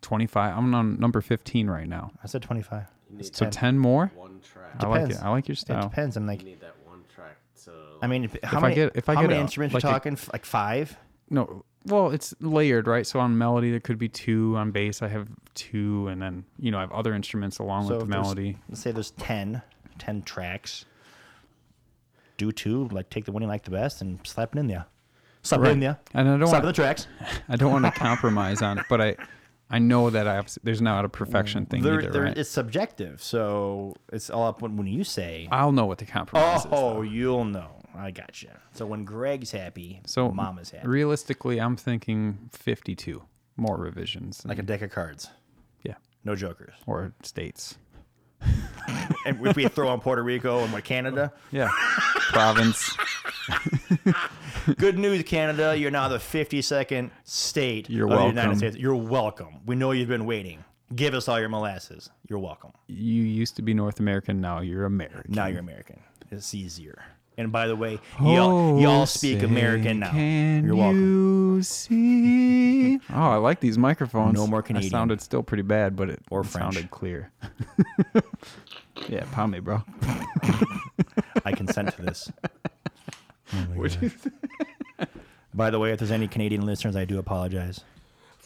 Speaker 1: 25. I'm on number 15 right now.
Speaker 2: I said 25. It's
Speaker 1: So
Speaker 2: 10.
Speaker 1: 10 more.
Speaker 3: One track.
Speaker 1: I like it.
Speaker 2: Depends.
Speaker 1: I like your
Speaker 2: It
Speaker 1: style.
Speaker 2: depends. I'm
Speaker 3: You
Speaker 2: like,
Speaker 3: need that one track to.
Speaker 2: I mean, if, how
Speaker 1: I
Speaker 2: many,
Speaker 1: get- Oh. if I
Speaker 2: how
Speaker 1: get
Speaker 2: many
Speaker 1: a-
Speaker 2: instruments
Speaker 1: like a-
Speaker 2: you're talking? F- like five?
Speaker 1: No, well, it's layered, right? So on melody, there could be two. On bass, I have two, and then you know I have other instruments along
Speaker 2: So
Speaker 1: with
Speaker 2: if
Speaker 1: the
Speaker 2: there's-
Speaker 1: melody.
Speaker 2: Let's say there's 10, 10 tracks. Do two, like take the one you like the best and slap it in there. Slap it in there.
Speaker 1: And I don't
Speaker 2: Slap
Speaker 1: wanna-
Speaker 2: the tracks.
Speaker 1: I don't want to compromise on it, but I I know that I have, there's not a perfection thing
Speaker 2: There,
Speaker 1: either.
Speaker 2: there-
Speaker 1: right?
Speaker 2: It's subjective, so it's all up when, when you say.
Speaker 1: I'll know what the compromise is.
Speaker 2: Oh, you'll know. I gotcha. So when Greg's happy,
Speaker 1: So
Speaker 2: Mama's happy.
Speaker 1: Realistically, I'm thinking 52 more revisions.
Speaker 2: like a deck of cards,
Speaker 1: yeah,
Speaker 2: no jokers.
Speaker 1: or states.
Speaker 2: and if we throw on Puerto Rico and what Canada,
Speaker 1: Yeah, province.
Speaker 2: good news, Canada, you're now the 52nd state
Speaker 1: You're
Speaker 2: of the
Speaker 1: welcome.
Speaker 2: United States. You're welcome. We know you've been waiting. Give us all your molasses. You're welcome.
Speaker 1: You used to be North American. Now you're American.
Speaker 2: Now you're American. It's easier. And by the way,
Speaker 1: Oh,
Speaker 2: y'all, y'all speak American now. You're welcome.
Speaker 1: You see? Oh, I like these microphones.
Speaker 2: No more
Speaker 1: I
Speaker 2: Canadian.
Speaker 1: sounded still pretty bad, but it
Speaker 2: Or
Speaker 1: it
Speaker 2: French.
Speaker 1: sounded clear. yeah, pound me, bro.
Speaker 2: I consent to this. By the way, if there's any Canadian listeners, I do apologize.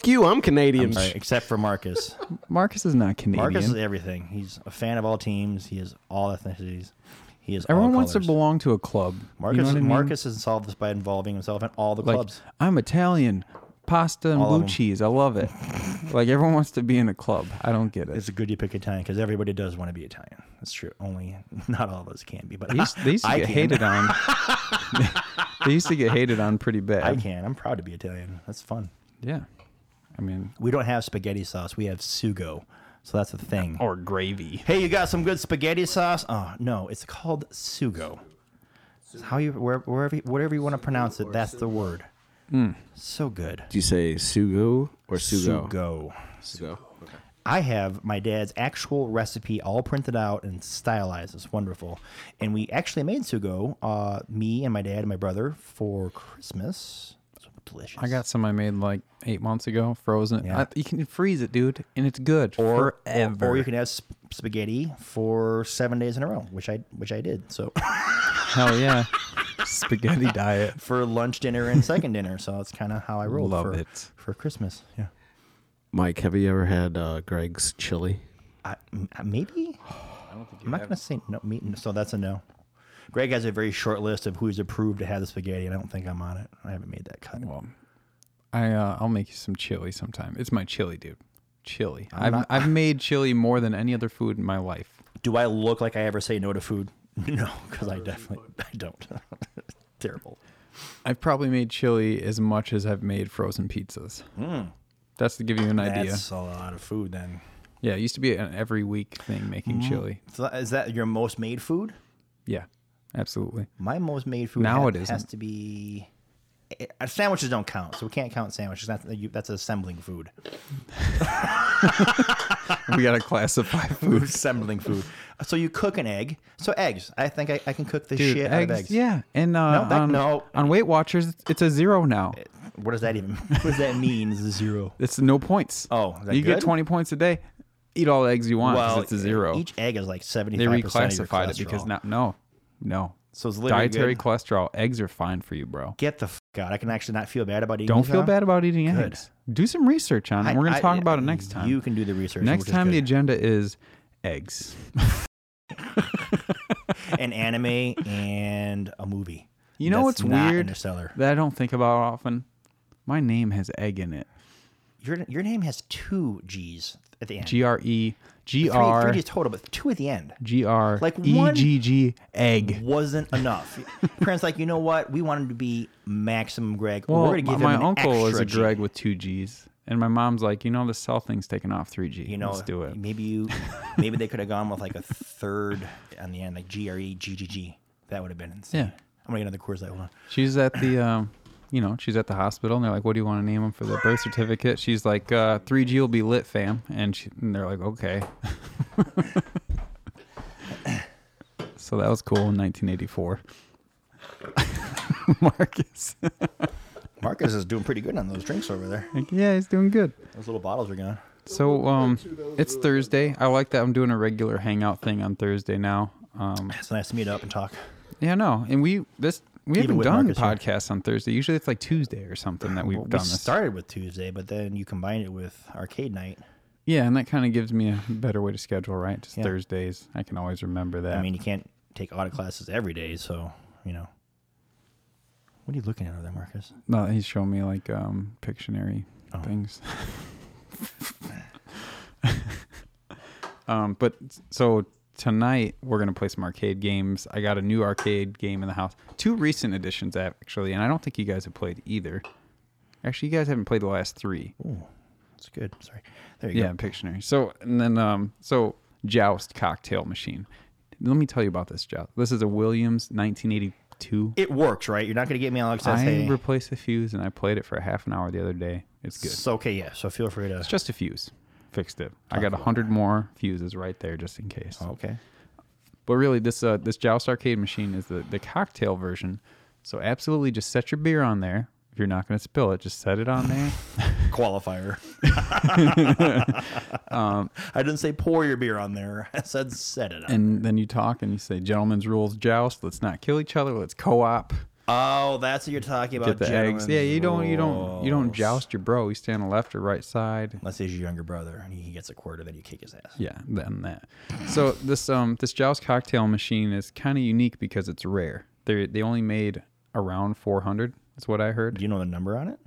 Speaker 3: you, I'm Canadian.
Speaker 2: Sorry, except for Marcus.
Speaker 1: Marcus is not Canadian.
Speaker 2: Marcus is everything. He's a fan of all teams. He is all ethnicities. He is
Speaker 1: Everyone
Speaker 2: all
Speaker 1: wants to
Speaker 2: colors.
Speaker 1: belong to a club.
Speaker 2: Marcus,
Speaker 1: you know what I mean?
Speaker 2: Marcus has solved this by involving himself in all the
Speaker 1: like
Speaker 2: clubs.
Speaker 1: I'm Italian, pasta and
Speaker 2: All of
Speaker 1: blue
Speaker 2: 'em.
Speaker 1: cheese. I love it. like everyone wants to be in a club. I don't get it.
Speaker 2: It's good you pick Italian because everybody does want to be Italian. That's true. Only not all of us can be, but
Speaker 1: They used, they used to
Speaker 2: I
Speaker 1: get
Speaker 2: can.
Speaker 1: hated on. they used to get hated on pretty bad.
Speaker 2: I can. I'm proud to be Italian. That's fun.
Speaker 1: Yeah, I mean,
Speaker 2: We don't have spaghetti sauce. We have sugo, so that's a thing.
Speaker 1: or gravy.
Speaker 2: Hey, you got some good spaghetti sauce? Oh no, it's called sugo. It's How you where- wherever whatever you want to pronounce it, that's the word.
Speaker 1: Hmm.
Speaker 2: So good.
Speaker 3: Do you say sugo or
Speaker 2: Sugo.
Speaker 3: Sugo. Okay.
Speaker 2: I have my dad's actual recipe all printed out and stylized. It's wonderful. And we actually made sugo, uh, me and my dad and my brother for Christmas. It's delicious.
Speaker 1: I got some I made like eight months ago, frozen.
Speaker 2: Yeah.
Speaker 1: I- you can freeze it, dude, and it's good forever.
Speaker 2: Or you can have sp- spaghetti for seven days in a row, which I which I did. So
Speaker 1: Hell yeah, spaghetti diet.
Speaker 2: for lunch, dinner, and second dinner. So that's kind of how I roll
Speaker 1: Love
Speaker 2: for
Speaker 1: it.
Speaker 2: for Christmas. Yeah,
Speaker 3: Mike, have you ever had uh, Greg's chili?
Speaker 2: I, m- uh, maybe. I'm not gonna say no. Me, so that's a no. Greg has a very short list of who's approved to have the spaghetti, and I don't think I'm on it. I haven't made that cut.
Speaker 1: Well, I uh, I'll make you some chili sometime. It's my chili, dude. Chili. I've
Speaker 2: not-
Speaker 1: I've made chili more than any other food in my life.
Speaker 2: Do I look like I ever say no to food? No, because I definitely I don't. Terrible.
Speaker 1: I've probably made chili as much as I've made frozen pizzas. That's to give you an idea.
Speaker 2: Hmm. That's a lot of food. Then
Speaker 1: Yeah, it used to be an every week thing making
Speaker 2: Hmm.
Speaker 1: chili.
Speaker 2: so that- is that your most made food?
Speaker 1: Yeah, absolutely.
Speaker 2: My most made food
Speaker 1: Now
Speaker 2: ha-
Speaker 1: it isn't.
Speaker 2: has to be. eh, Sandwiches don't count, so we can't count sandwiches. That's, you- that's assembling food.
Speaker 1: we gotta classify food.
Speaker 2: Assembling food. So you cook an egg. So eggs. I think I, I can cook the
Speaker 1: Dude,
Speaker 2: shit out of eggs.
Speaker 1: Yeah, and uh,
Speaker 2: No, that-
Speaker 1: on,
Speaker 2: no.
Speaker 1: on Weight Watchers, it's a zero now.
Speaker 2: What does that even? What does that mean? Zero.
Speaker 1: It's no points.
Speaker 2: Oh, is that
Speaker 1: you get
Speaker 2: good?
Speaker 1: twenty points a day. Eat all the eggs you want. 'cause it's a zero.
Speaker 2: Each egg is like
Speaker 1: they
Speaker 2: seventy-five percent of your
Speaker 1: reclassified it because
Speaker 2: cholesterol.
Speaker 1: now, no, no.
Speaker 2: So it's literally
Speaker 1: Dietary
Speaker 2: good.
Speaker 1: cholesterol. Eggs are fine for you, bro.
Speaker 2: Get the fuck out. I can actually not feel bad about eating.
Speaker 1: Don't
Speaker 2: these
Speaker 1: feel
Speaker 2: now.
Speaker 1: bad about eating eggs. Do some research on it.
Speaker 2: I-
Speaker 1: We're gonna
Speaker 2: I-
Speaker 1: talk about it next time.
Speaker 2: You can do the research.
Speaker 1: next
Speaker 2: which is
Speaker 1: time the
Speaker 2: good.
Speaker 1: agenda is eggs.
Speaker 2: an anime and a movie.
Speaker 1: You know
Speaker 2: That's
Speaker 1: what's
Speaker 2: not
Speaker 1: weird?
Speaker 2: Interstellar.
Speaker 1: That I don't think about often. My name has egg in it.
Speaker 2: Your your name has two G's at the end.
Speaker 1: G R E G
Speaker 2: three, three
Speaker 1: R
Speaker 2: G's total, but two at the end.
Speaker 1: G R
Speaker 2: Like
Speaker 1: E
Speaker 2: one-
Speaker 1: G G egg.
Speaker 2: Wasn't enough. Parents like, you know what? We want him to be maximum Greg.
Speaker 1: Well,
Speaker 2: We're gonna give
Speaker 1: my
Speaker 2: him an
Speaker 1: uncle is
Speaker 2: extra
Speaker 1: a
Speaker 2: G.
Speaker 1: Greg with two G's, and my mom's like, you know, the cell thing's taking off three G.
Speaker 2: You know,
Speaker 1: let's do it.
Speaker 2: Maybe you, maybe they could have gone with like a third on the end, like G R E G G G. That would have been insane.
Speaker 1: Yeah.
Speaker 2: I'm gonna get another course that one.
Speaker 1: She's at the, um, you know, she's at the hospital, and they're like, "What do you want to name him for the birth certificate?" She's like, uh, "3G will be lit, fam," and, she, and they're like, "Okay." so that was cool in 1984. Marcus,
Speaker 2: Marcus is doing pretty good on those drinks over there.
Speaker 1: Like, yeah, he's doing good.
Speaker 2: Those little bottles are gone.
Speaker 1: So, um, it's Thursday. I like that I'm doing a regular hangout thing on Thursday now. Um,
Speaker 2: It's nice to meet up and talk.
Speaker 1: yeah, no, and we this we
Speaker 2: Even
Speaker 1: haven't
Speaker 2: with
Speaker 1: done the
Speaker 2: Marcus
Speaker 1: podcast on Thursday. Usually, it's like Tuesday or something that we've
Speaker 2: We
Speaker 1: done this.
Speaker 2: started with Tuesday, but then you combined it with arcade night.
Speaker 1: Yeah, and that kind of gives me a better way to schedule, right? Just
Speaker 2: Yeah.
Speaker 1: Thursdays. I can always remember that.
Speaker 2: I mean, you can't take audit classes every day, so you know. What are you looking at over there, Marcus?
Speaker 1: no, he's showing me like um Pictionary
Speaker 2: Oh.
Speaker 1: things. um, but so tonight we're gonna play some arcade games. I got a new arcade game in the house. Two recent additions actually, and I don't think you guys have played either. Actually, you guys haven't played the last three.
Speaker 2: Ooh, that's good. Sorry. There you
Speaker 1: Yeah, Pictionary. So and then um so Joust cocktail machine. Let me tell you about this Joust. This is a Williams 1982.
Speaker 2: go. It works, right? You're not going to get me on like
Speaker 1: I
Speaker 2: hey.
Speaker 1: replaced a fuse and I played it for a half an hour the other day. It's good.
Speaker 2: So okay, yeah. So feel free to.
Speaker 1: It's just a fuse. Fixed it. I got a hundred more fuses right there just in case.
Speaker 2: Okay.
Speaker 1: But really, this uh, this Joust arcade machine is the the cocktail version. So absolutely, just set your beer on there. If you're not going to spill it, just set it on there.
Speaker 2: Qualifier. I didn't say pour your beer on there. I said set it. Up.
Speaker 1: Um, and then you talk and you say, "Gentlemen's rules, Joust. Let's not kill each other. Let's co-op."
Speaker 2: oh, that's what you're talking
Speaker 1: Get
Speaker 2: about.
Speaker 1: the eggs. Yeah, you don't, you don't, you don't
Speaker 2: rules.
Speaker 1: joust your bro. You stay on the left or right side.
Speaker 2: Unless he's your younger brother and he gets a quarter, then you kick his ass.
Speaker 1: Yeah, then that. So this um this Joust cocktail machine is kind of unique because it's rare. They they only made around 400. Is what I heard.
Speaker 2: Do you know the number on it?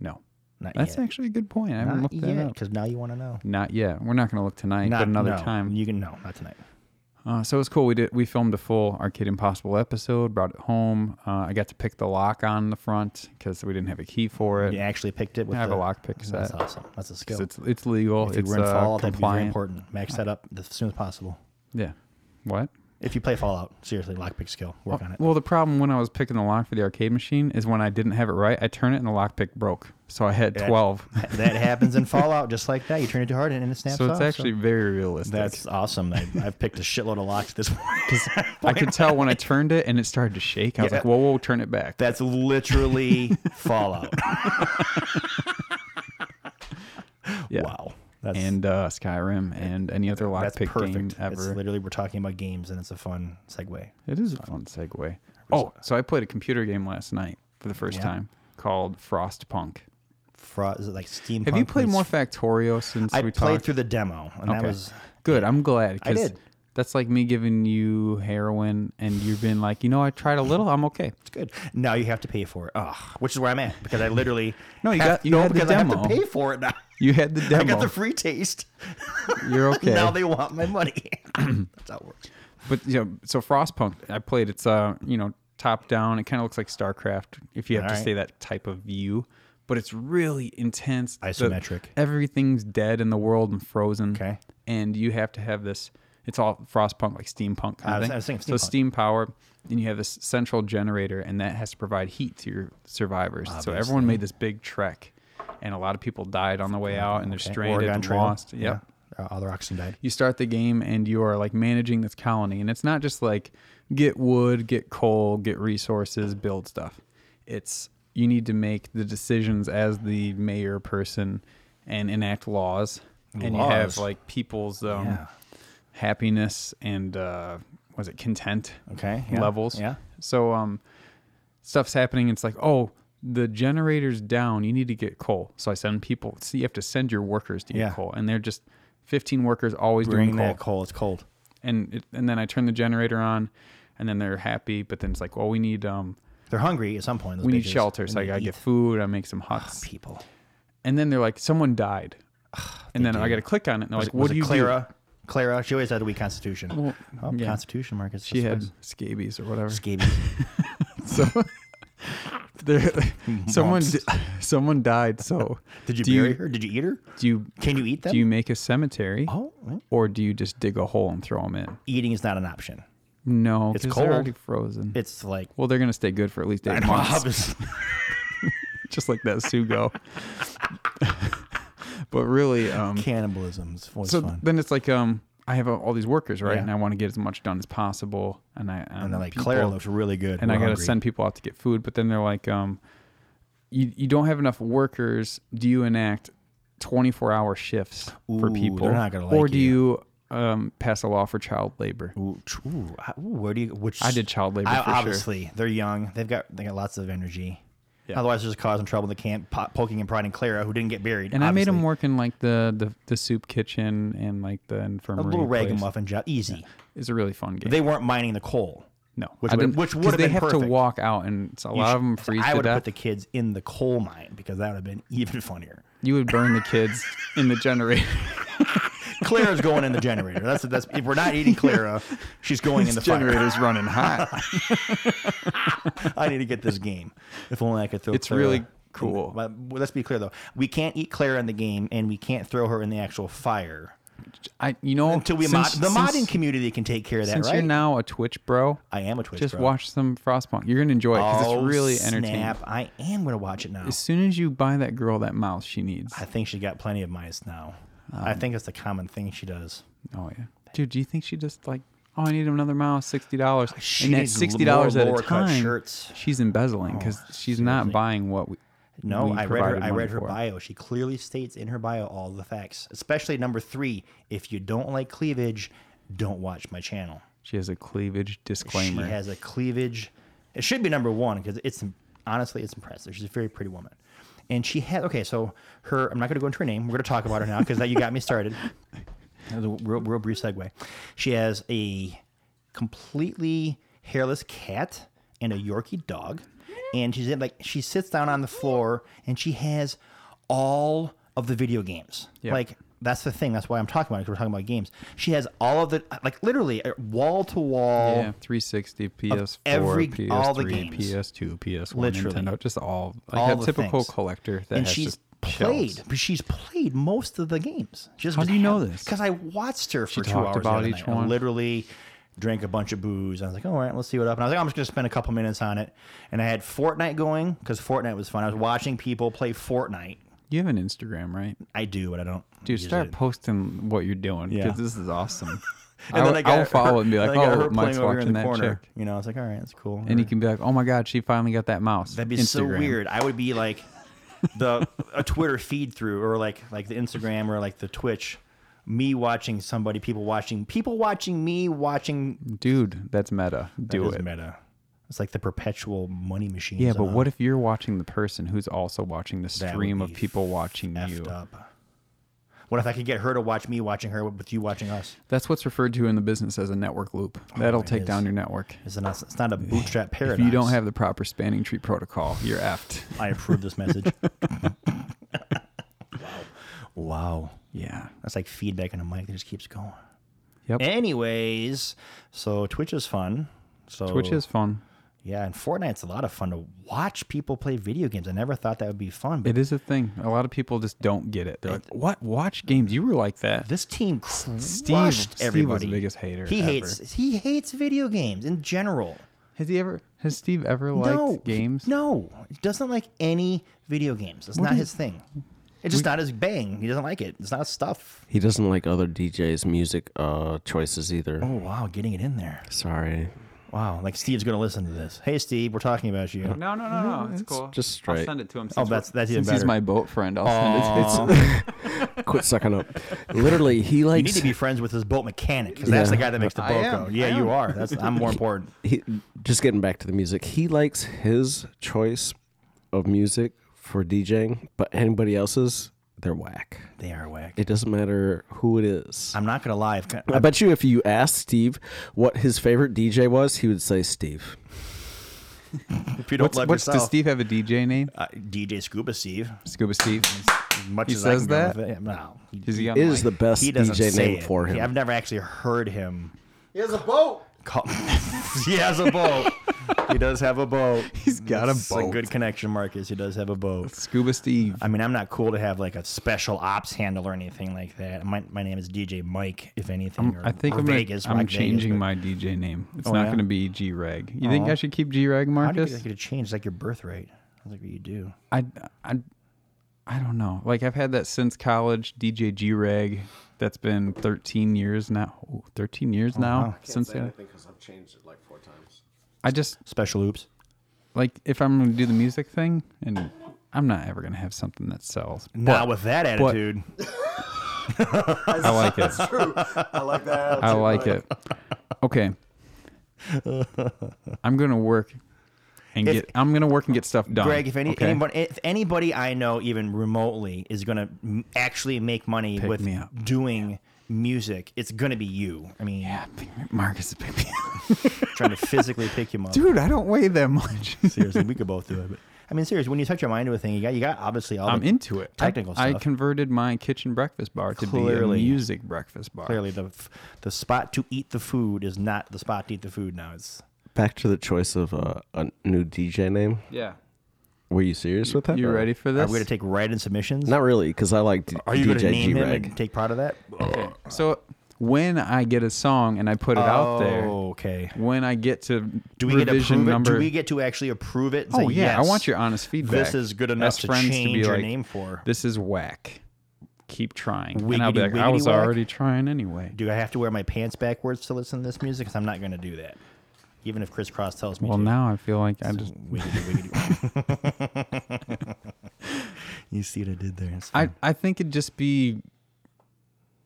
Speaker 1: No,
Speaker 2: Not
Speaker 1: that's
Speaker 2: yet.
Speaker 1: actually a good point. I haven't
Speaker 2: Not
Speaker 1: looked that
Speaker 2: yet,
Speaker 1: up.
Speaker 2: because now you want to know.
Speaker 1: Not yet. We're not going to look tonight,
Speaker 2: Not
Speaker 1: but another
Speaker 2: no.
Speaker 1: time.
Speaker 2: You can no, not tonight.
Speaker 1: Uh, so it was cool. We did. We filmed a full Arcade Impossible episode. Brought it home. Uh, I got to pick the lock on the front because we didn't have a key for it.
Speaker 2: You actually picked it. With
Speaker 1: I have
Speaker 2: the,
Speaker 1: a lockpick
Speaker 2: That's
Speaker 1: set.
Speaker 2: awesome. That's a
Speaker 1: 'Cause
Speaker 2: skill.
Speaker 1: It's it's legal.
Speaker 2: If you
Speaker 1: it's
Speaker 2: were in
Speaker 1: uh,
Speaker 2: Fallout, that'd be very
Speaker 1: compliant.
Speaker 2: important. Max that up as soon as possible.
Speaker 1: Yeah. What?
Speaker 2: If you play Fallout, seriously, lockpick skill. Work on it.
Speaker 1: Well, the problem when I was picking the lock for the arcade machine is when I didn't have it right, I turned it and the lockpick broke. So I had 12.
Speaker 2: that happens in Fallout just like that. You turn it too hard and it snaps
Speaker 1: So it's
Speaker 2: off,
Speaker 1: actually very realistic.
Speaker 2: that's awesome. I, I've picked a shitload of locks this morning.
Speaker 1: I could tell when I turned it and it started to shake. I was
Speaker 2: Yeah.
Speaker 1: like, whoa, whoa, turn it back.
Speaker 2: That's literally Fallout.
Speaker 1: Yeah.
Speaker 2: Wow. That's
Speaker 1: and uh, Skyrim and any other
Speaker 2: that's
Speaker 1: lockpick
Speaker 2: perfect.
Speaker 1: game
Speaker 2: It's
Speaker 1: ever.
Speaker 2: literally we're talking about games and it's a fun segue.
Speaker 1: It is a fun segue. Oh, so I played a computer game last night for the first
Speaker 2: Yeah.
Speaker 1: time called Frostpunk.
Speaker 2: Fraud is it like Steam?
Speaker 1: Have you played more Factorio since
Speaker 2: I
Speaker 1: we
Speaker 2: played
Speaker 1: talked?
Speaker 2: through the demo and that
Speaker 1: Okay.
Speaker 2: was
Speaker 1: Good. I'm glad.
Speaker 2: I
Speaker 1: 'cause
Speaker 2: did.
Speaker 1: That's like me giving you heroin and you've been like, you know, I tried a little. I'm okay.
Speaker 2: It's good. Now you have to pay for it. Ugh, which is where I'm at because I literally
Speaker 1: No, you
Speaker 2: have-
Speaker 1: got- you
Speaker 2: no
Speaker 1: had the
Speaker 2: because I have
Speaker 1: demo.
Speaker 2: to pay for it now.
Speaker 1: You had the demo.
Speaker 2: I got the free taste.
Speaker 1: You're okay.
Speaker 2: Now they want my money. That's how it works.
Speaker 1: but you know, so Frostpunk, I played. It's uh, you know, top down. It kind of looks like StarCraft if you have to
Speaker 2: Alright.
Speaker 1: say that type of view. But it's really intense. The-
Speaker 2: Isometric.
Speaker 1: everything's dead in the world and frozen.
Speaker 2: Okay.
Speaker 1: And you have to have this. It's all frostpunk, like steampunk kind
Speaker 2: I
Speaker 1: of
Speaker 2: was-
Speaker 1: thing.
Speaker 2: I was thinking
Speaker 1: so steam power, and you have this central generator, and that has to provide heat to your survivors. So everyone made this big trek, and a lot of people died on the way out, and they're
Speaker 2: Okay.
Speaker 1: stranded
Speaker 2: Oregon
Speaker 1: and
Speaker 2: Trail.
Speaker 1: lost. Yep. Yeah.
Speaker 2: Yeah. Uh, Oxen died.
Speaker 1: You start the game and you are like managing this colony, and it's not just like get wood, get coal, get resources, build stuff. It's you need to make the decisions as the mayor person and enact laws, and you have
Speaker 2: Laws.
Speaker 1: like people's um,
Speaker 2: Yeah.
Speaker 1: happiness and uh, was it content
Speaker 2: Okay. yeah,
Speaker 1: levels.
Speaker 2: Yeah.
Speaker 1: So um, stuff's happening. It's like, oh, the generator's down. You need to get coal. So I send people. So you have to send your workers to get
Speaker 2: Yeah.
Speaker 1: coal, and they're just fifteen workers always
Speaker 2: Bring
Speaker 1: doing coal.
Speaker 2: that coal. It's cold.
Speaker 1: And it, and then I turn the generator on, and then they're happy. But then it's like, well, we need um,
Speaker 2: They're hungry at some point. those
Speaker 1: we need
Speaker 2: bitches.
Speaker 1: shelter. So
Speaker 2: They
Speaker 1: I gotta
Speaker 2: eat. Oh,
Speaker 1: get food. I make some huts.
Speaker 2: people.
Speaker 1: And then they're like, someone died. And then I gotta click on it. And they're like, what
Speaker 2: was
Speaker 1: do
Speaker 2: it
Speaker 1: you do?
Speaker 2: Clara? Clara, she always had a weak constitution. oh,
Speaker 1: yeah.
Speaker 2: Constitution, Marcus.
Speaker 1: She
Speaker 2: that's
Speaker 1: had
Speaker 2: what's-
Speaker 1: scabies or whatever.
Speaker 2: scabies.
Speaker 1: So there, someone di- someone died. So
Speaker 2: Did you
Speaker 1: do
Speaker 2: bury
Speaker 1: you,
Speaker 2: her? Did you eat her?
Speaker 1: do you
Speaker 2: Can you eat them?
Speaker 1: do you make a cemetery
Speaker 2: oh, well,
Speaker 1: or do you just dig a hole and throw them in?
Speaker 2: eating is not an option.
Speaker 1: No,
Speaker 2: It's
Speaker 1: because they're already
Speaker 2: cold.
Speaker 1: frozen.
Speaker 2: It's like
Speaker 1: well, they're gonna stay good for at least eight months,
Speaker 2: obviously.
Speaker 1: just like that sugo. but really, um,
Speaker 2: cannibalism's always
Speaker 1: so
Speaker 2: fun.
Speaker 1: then it's like um, I have uh, all these workers, right?
Speaker 2: Yeah.
Speaker 1: And I want to get as much done as possible, and I um,
Speaker 2: And then like Clara looks really good.
Speaker 1: and I
Speaker 2: We're
Speaker 1: got to
Speaker 2: hungry.
Speaker 1: send people out to get food. But then they're like, um, you, you don't have enough workers. Do you enact 24 hour shifts for
Speaker 2: Ooh,
Speaker 1: people?
Speaker 2: they're not gonna
Speaker 1: or
Speaker 2: like
Speaker 1: do you, um, pass a law for child labor?
Speaker 2: Ooh, tr- ooh, I- ooh, where do you? Which
Speaker 1: I did child labor
Speaker 2: I-
Speaker 1: for
Speaker 2: obviously, they're young. They've got they got lots of energy.
Speaker 1: Yeah.
Speaker 2: Otherwise, they're just causing trouble. They can't po- poking and prodding Clara, who didn't get buried.
Speaker 1: And I made them
Speaker 2: obviously.
Speaker 1: work in like the, the, the soup kitchen and like the infirmary.
Speaker 2: a little
Speaker 1: place.
Speaker 2: ragamuffin job. Easy.
Speaker 1: It's a really fun game.
Speaker 2: They weren't mining the coal.
Speaker 1: no,
Speaker 2: which
Speaker 1: I
Speaker 2: would-
Speaker 1: didn't-
Speaker 2: which would
Speaker 1: 'cause
Speaker 2: have
Speaker 1: they
Speaker 2: been
Speaker 1: have to
Speaker 2: perfect.
Speaker 1: walk out, and it's a
Speaker 2: You
Speaker 1: lot
Speaker 2: should-
Speaker 1: of them
Speaker 2: so
Speaker 1: freeze
Speaker 2: I
Speaker 1: to
Speaker 2: would
Speaker 1: death.
Speaker 2: put the kids in the coal mine because that would have been even funnier.
Speaker 1: you would burn the kids in the generator.
Speaker 2: Clara's going in the generator. That's that's if we're not eating Clara, she's going in the generator.
Speaker 1: Generator's running hot.
Speaker 2: I need to get this game. If only I could throw.
Speaker 1: It's
Speaker 2: Clara
Speaker 1: really
Speaker 2: in the-
Speaker 1: cool.
Speaker 2: but well, let's be clear though, we can't eat Clara in the game, and we can't throw her in the actual fire
Speaker 1: I, you know,
Speaker 2: until we mod.
Speaker 1: since-
Speaker 2: The
Speaker 1: since-
Speaker 2: modding community can take care of that,
Speaker 1: Since you're
Speaker 2: right?
Speaker 1: now a Twitch bro,
Speaker 2: I am a Twitch.
Speaker 1: just
Speaker 2: bro.
Speaker 1: watch some Frostpunk. You're gonna enjoy it because
Speaker 2: Oh,
Speaker 1: it's really
Speaker 2: snap.
Speaker 1: entertaining.
Speaker 2: I am gonna watch it now.
Speaker 1: As soon as you buy that girl that mouse she needs.
Speaker 2: I think she got plenty of mice now. I
Speaker 1: Um,
Speaker 2: think it's the common thing she does.
Speaker 1: Oh yeah, dude. Do you think she just like? Oh, I need another mouse. Sixty dollars.
Speaker 2: She
Speaker 1: And at
Speaker 2: needs
Speaker 1: sixty dollars at a
Speaker 2: lower cut
Speaker 1: time,
Speaker 2: shirts. Oh,
Speaker 1: she's embezzling because she's not buying what we.
Speaker 2: No,
Speaker 1: we
Speaker 2: I read her.
Speaker 1: provided
Speaker 2: I
Speaker 1: money
Speaker 2: read her
Speaker 1: for.
Speaker 2: bio. She clearly states in her bio all the facts, especially number three. If you don't like cleavage, don't watch my channel.
Speaker 1: She has a cleavage disclaimer.
Speaker 2: She has a cleavage. It should be number one because it's honestly it's impressive. She's a very pretty woman, and she had okay. So her, I'm not going to go into her name. We're going to talk about her now because that you got me started. That was a real, real brief segue. She has a completely hairless cat and a Yorkie dog, and she's in, like she sits down on the floor and she has all of the video games.
Speaker 1: Yeah.
Speaker 2: Like that's the thing. That's why I'm talking about it. 'cause We're talking about games. She has all of the like literally uh, wall to wall.
Speaker 1: yeah, 360, PS4,
Speaker 2: every-
Speaker 1: PS3,
Speaker 2: all the games.
Speaker 1: PS2, PS1,
Speaker 2: Literally.
Speaker 1: Nintendo, just all like
Speaker 2: All
Speaker 1: that
Speaker 2: the
Speaker 1: typical
Speaker 2: things.
Speaker 1: collector that
Speaker 2: and
Speaker 1: has
Speaker 2: she's
Speaker 1: just
Speaker 2: played.
Speaker 1: shelves.
Speaker 2: But she's played most of the games. She
Speaker 1: How do you know this?
Speaker 2: Because I watched her for two
Speaker 1: talked
Speaker 2: hours
Speaker 1: about
Speaker 2: about
Speaker 1: each one?
Speaker 2: Literally drank a bunch of booze. I was like, all right, let's see what up. And I was like, I'm just gonna spend a couple minutes on it. And I had Fortnite going because Fortnite was fun. I was watching people play Fortnite.
Speaker 1: You have an Instagram, right?
Speaker 2: I do, but I don't.
Speaker 1: Dude,
Speaker 2: use
Speaker 1: start
Speaker 2: it.
Speaker 1: posting what you're doing because
Speaker 2: Yeah.
Speaker 1: this is awesome.
Speaker 2: And
Speaker 1: I,
Speaker 2: then
Speaker 1: will-
Speaker 2: I got
Speaker 1: I will follow
Speaker 2: her-
Speaker 1: it and be like,
Speaker 2: then I got
Speaker 1: oh,
Speaker 2: her
Speaker 1: Mike's
Speaker 2: playing over here
Speaker 1: watching
Speaker 2: in the
Speaker 1: that
Speaker 2: corner.
Speaker 1: chick.
Speaker 2: You know, I was like, all right, that's cool.
Speaker 1: And you can be like, oh my God, she finally got that mouse.
Speaker 2: That'd be so
Speaker 1: Instagram.
Speaker 2: weird. I would be like the a Twitter feed through, or like like the Instagram, or like the Twitch. Me watching somebody, people watching, people watching me watching.
Speaker 1: Dude, that's meta. Do
Speaker 2: That is
Speaker 1: it.
Speaker 2: meta. It's like the perpetual money machine.
Speaker 1: Yeah, but what if you're watching the person who's also watching the
Speaker 2: would
Speaker 1: stream of
Speaker 2: be
Speaker 1: people watching you?
Speaker 2: effed up? What if I could get her to watch me watching her with you watching us?
Speaker 1: That's what's referred to in the business as a network loop. That'll take
Speaker 2: Oh, is.
Speaker 1: down your network.
Speaker 2: It's not, it's not a bootstrap
Speaker 1: If
Speaker 2: paradox.
Speaker 1: you don't have the proper spanning tree protocol, you're effed.
Speaker 2: I approve this message. wow. Wow.
Speaker 1: Yeah.
Speaker 2: That's like feedback on a mic that just keeps going.
Speaker 1: Yep.
Speaker 2: Anyways, so Twitch is fun. So
Speaker 1: Which is fun.
Speaker 2: yeah, and Fortnite's a lot of fun to watch people play video games. I never thought that would be fun, but
Speaker 1: It is a thing. A lot of people just don't get it. They're like, what? Watch games. You were like that.
Speaker 2: this team crushed
Speaker 1: Steve was the
Speaker 2: everybody.
Speaker 1: biggest hater
Speaker 2: He
Speaker 1: ever.
Speaker 2: hates he hates video games in general.
Speaker 1: Has he ever? Has Steve ever liked
Speaker 2: no
Speaker 1: games?
Speaker 2: No, he doesn't like any video games. It's not his thing. It's just not his bang. He doesn't like it. It's not his stuff.
Speaker 3: He doesn't like other DJs' music uh, choices either.
Speaker 2: Oh wow, getting it in there.
Speaker 3: Sorry.
Speaker 2: Wow, like Steve's gonna listen to this. Hey Steve, we're talking about you.
Speaker 1: No, no, no, no. It's, cool.
Speaker 3: just straight.
Speaker 1: I'll send it to him.
Speaker 2: Oh,
Speaker 1: since we're-
Speaker 2: that's that's even
Speaker 1: since
Speaker 2: better.
Speaker 1: he's my boat friend. I'll send it. To
Speaker 3: Quit sucking up. Literally, he
Speaker 2: you need
Speaker 3: likes.
Speaker 2: to be friends with his boat mechanic because that's the
Speaker 3: Yeah.
Speaker 2: guy that makes the
Speaker 1: I
Speaker 2: boat
Speaker 1: am.
Speaker 2: go. Yeah,
Speaker 1: I
Speaker 2: you
Speaker 1: am.
Speaker 2: are. That's I'm more important.
Speaker 3: he, just getting back to the music, he likes his choice of music for DJing, but anybody else's, they're whack.
Speaker 2: They are whack.
Speaker 3: It doesn't matter who it is.
Speaker 2: I'm not gonna lie. I've got-
Speaker 3: I bet you if you asked Steve what his favorite DJ was, he would say Steve.
Speaker 2: If you don't
Speaker 1: what's,
Speaker 2: love
Speaker 1: what's, does
Speaker 2: yourself,
Speaker 1: Steve have a DJ name?
Speaker 2: uh, DJ Scuba Steve.
Speaker 1: Scuba Steve.
Speaker 2: As much
Speaker 1: He
Speaker 2: as
Speaker 1: says
Speaker 2: I can
Speaker 1: that?
Speaker 2: Go with it. No, he,
Speaker 1: Is he on
Speaker 3: It is the
Speaker 1: mic?
Speaker 3: best
Speaker 2: he doesn't
Speaker 3: DJ
Speaker 2: say
Speaker 3: name
Speaker 2: it.
Speaker 3: for him.
Speaker 2: I've never actually heard him.
Speaker 4: He has a boat.
Speaker 2: Call- he has a boat. he does have a boat.
Speaker 1: He's got a
Speaker 2: It's
Speaker 1: boat.
Speaker 2: good connection, Marcus. He does have a boat.
Speaker 1: Scuba Steve.
Speaker 2: I mean, I'm not cool to have like a special ops handle or anything like that. My, my name is DJ Mike, if anything. or,
Speaker 1: I think
Speaker 2: or
Speaker 1: I'm, gonna-
Speaker 2: Vegas.
Speaker 1: I'm
Speaker 2: Rock
Speaker 1: changing
Speaker 2: Vegas,
Speaker 1: my DJ name. It's
Speaker 2: Oh,
Speaker 1: not
Speaker 2: yeah?
Speaker 1: going to be G Reg. You think I should keep G Reg,
Speaker 2: but How do you
Speaker 1: Marcus?
Speaker 2: get to change like your birthright? I think you do.
Speaker 1: I, I, I don't know. Like I've had that since college. DJ G Reg. That's been 13 years now. Oh, 13 years now since I,
Speaker 3: because I've changed it like four times.
Speaker 1: I just
Speaker 2: Special oops.
Speaker 1: like if I'm going to do the music thing, and I'm not ever going to have something that sells.
Speaker 2: Not with that
Speaker 1: but-
Speaker 2: attitude.
Speaker 1: I like it.
Speaker 4: I like that.
Speaker 1: I like it. Okay. I'm gonna work and
Speaker 2: If-
Speaker 1: get. I'm gonna work and get stuff done.
Speaker 2: Greg, if any
Speaker 1: okay?
Speaker 2: anybody, if anybody I know even remotely is gonna m- actually make money with
Speaker 1: me up.
Speaker 2: doing music, it's gonna be you. I mean,
Speaker 1: yeah, pick me- Marcus, pick me up.
Speaker 2: trying to physically pick him up.
Speaker 1: dude, I don't weigh that much.
Speaker 2: Seriously, we could both do it. But, I mean, seriously, when you touch your mind to a thing, you got you got obviously all
Speaker 1: I'm
Speaker 2: the,
Speaker 1: into it. I-
Speaker 2: Technical
Speaker 1: I,
Speaker 2: stuff.
Speaker 1: converted my kitchen breakfast bar to
Speaker 2: Clearly.
Speaker 1: be a music breakfast bar.
Speaker 2: clearly the f- the spot to eat the food is not the spot to eat the food now. It's
Speaker 3: Back to the choice of uh, a new DJ name.
Speaker 1: Yeah.
Speaker 3: Were you serious with that?
Speaker 1: You
Speaker 3: or-
Speaker 1: ready for
Speaker 2: are
Speaker 1: this?
Speaker 2: we going to take write-in submissions?
Speaker 3: Not really, because I like D-
Speaker 2: Are you going to
Speaker 3: DJ
Speaker 2: name
Speaker 3: G
Speaker 2: him
Speaker 3: Reg.
Speaker 2: and take part of that?
Speaker 1: so when I get a song and I put it out there,
Speaker 2: okay.
Speaker 1: when I get to
Speaker 2: Oh. Do we get to
Speaker 1: revision
Speaker 2: approve
Speaker 1: number,
Speaker 2: it? Do we get to actually approve it? and
Speaker 1: Oh
Speaker 2: say,
Speaker 1: yeah, I
Speaker 2: yes,
Speaker 1: want your honest feedback.
Speaker 2: This is good enough
Speaker 1: As
Speaker 2: to
Speaker 1: friends
Speaker 2: change
Speaker 1: be
Speaker 2: your
Speaker 1: like,
Speaker 2: name for.
Speaker 1: This is whack. Keep trying. and I'll be like,
Speaker 2: Wiggity,
Speaker 1: I
Speaker 2: wiggity
Speaker 1: was
Speaker 2: whack."
Speaker 1: already trying anyway.
Speaker 2: Do I have to wear my pants backwards to listen to this music? Because I'm not going to do that. Even if Chris Cross tells me
Speaker 1: Well,
Speaker 2: to.
Speaker 1: now I feel like I just
Speaker 2: Wiggity, wiggity. you see what I did there? It's
Speaker 1: I
Speaker 2: fine.
Speaker 1: I think it'd just be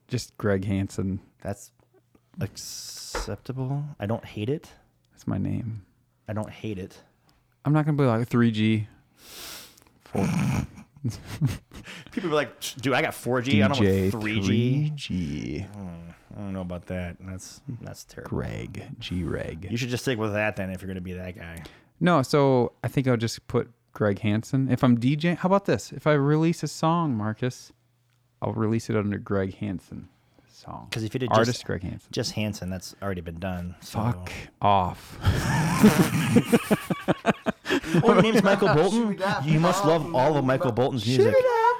Speaker 1: just Greg Hansen.
Speaker 2: That's acceptable. I don't hate it.
Speaker 1: That's my name.
Speaker 2: I don't hate it.
Speaker 1: I'm not gonna be like 3G.
Speaker 2: People be like, dude, I got 4G. I don't
Speaker 1: DJ
Speaker 2: want 3G.
Speaker 1: 3G.
Speaker 2: I don't know about that. That's that's terrible.
Speaker 1: Greg G Reg.
Speaker 2: You should just stick with that then if you're going to be that guy.
Speaker 1: No, so I think I'll just put Greg Hansen. If I'm DJ, how about this? If I release a song, Marcus, I'll release it under Greg Hansen song.
Speaker 2: 'Cause if you did just-
Speaker 1: artist Greg Hansen.
Speaker 2: Just Hanson, that's already been done. so-
Speaker 1: Fuck off.
Speaker 2: Oh, your name's Michael Bolton?
Speaker 4: up,
Speaker 2: You must love all of Michael Bolton's music.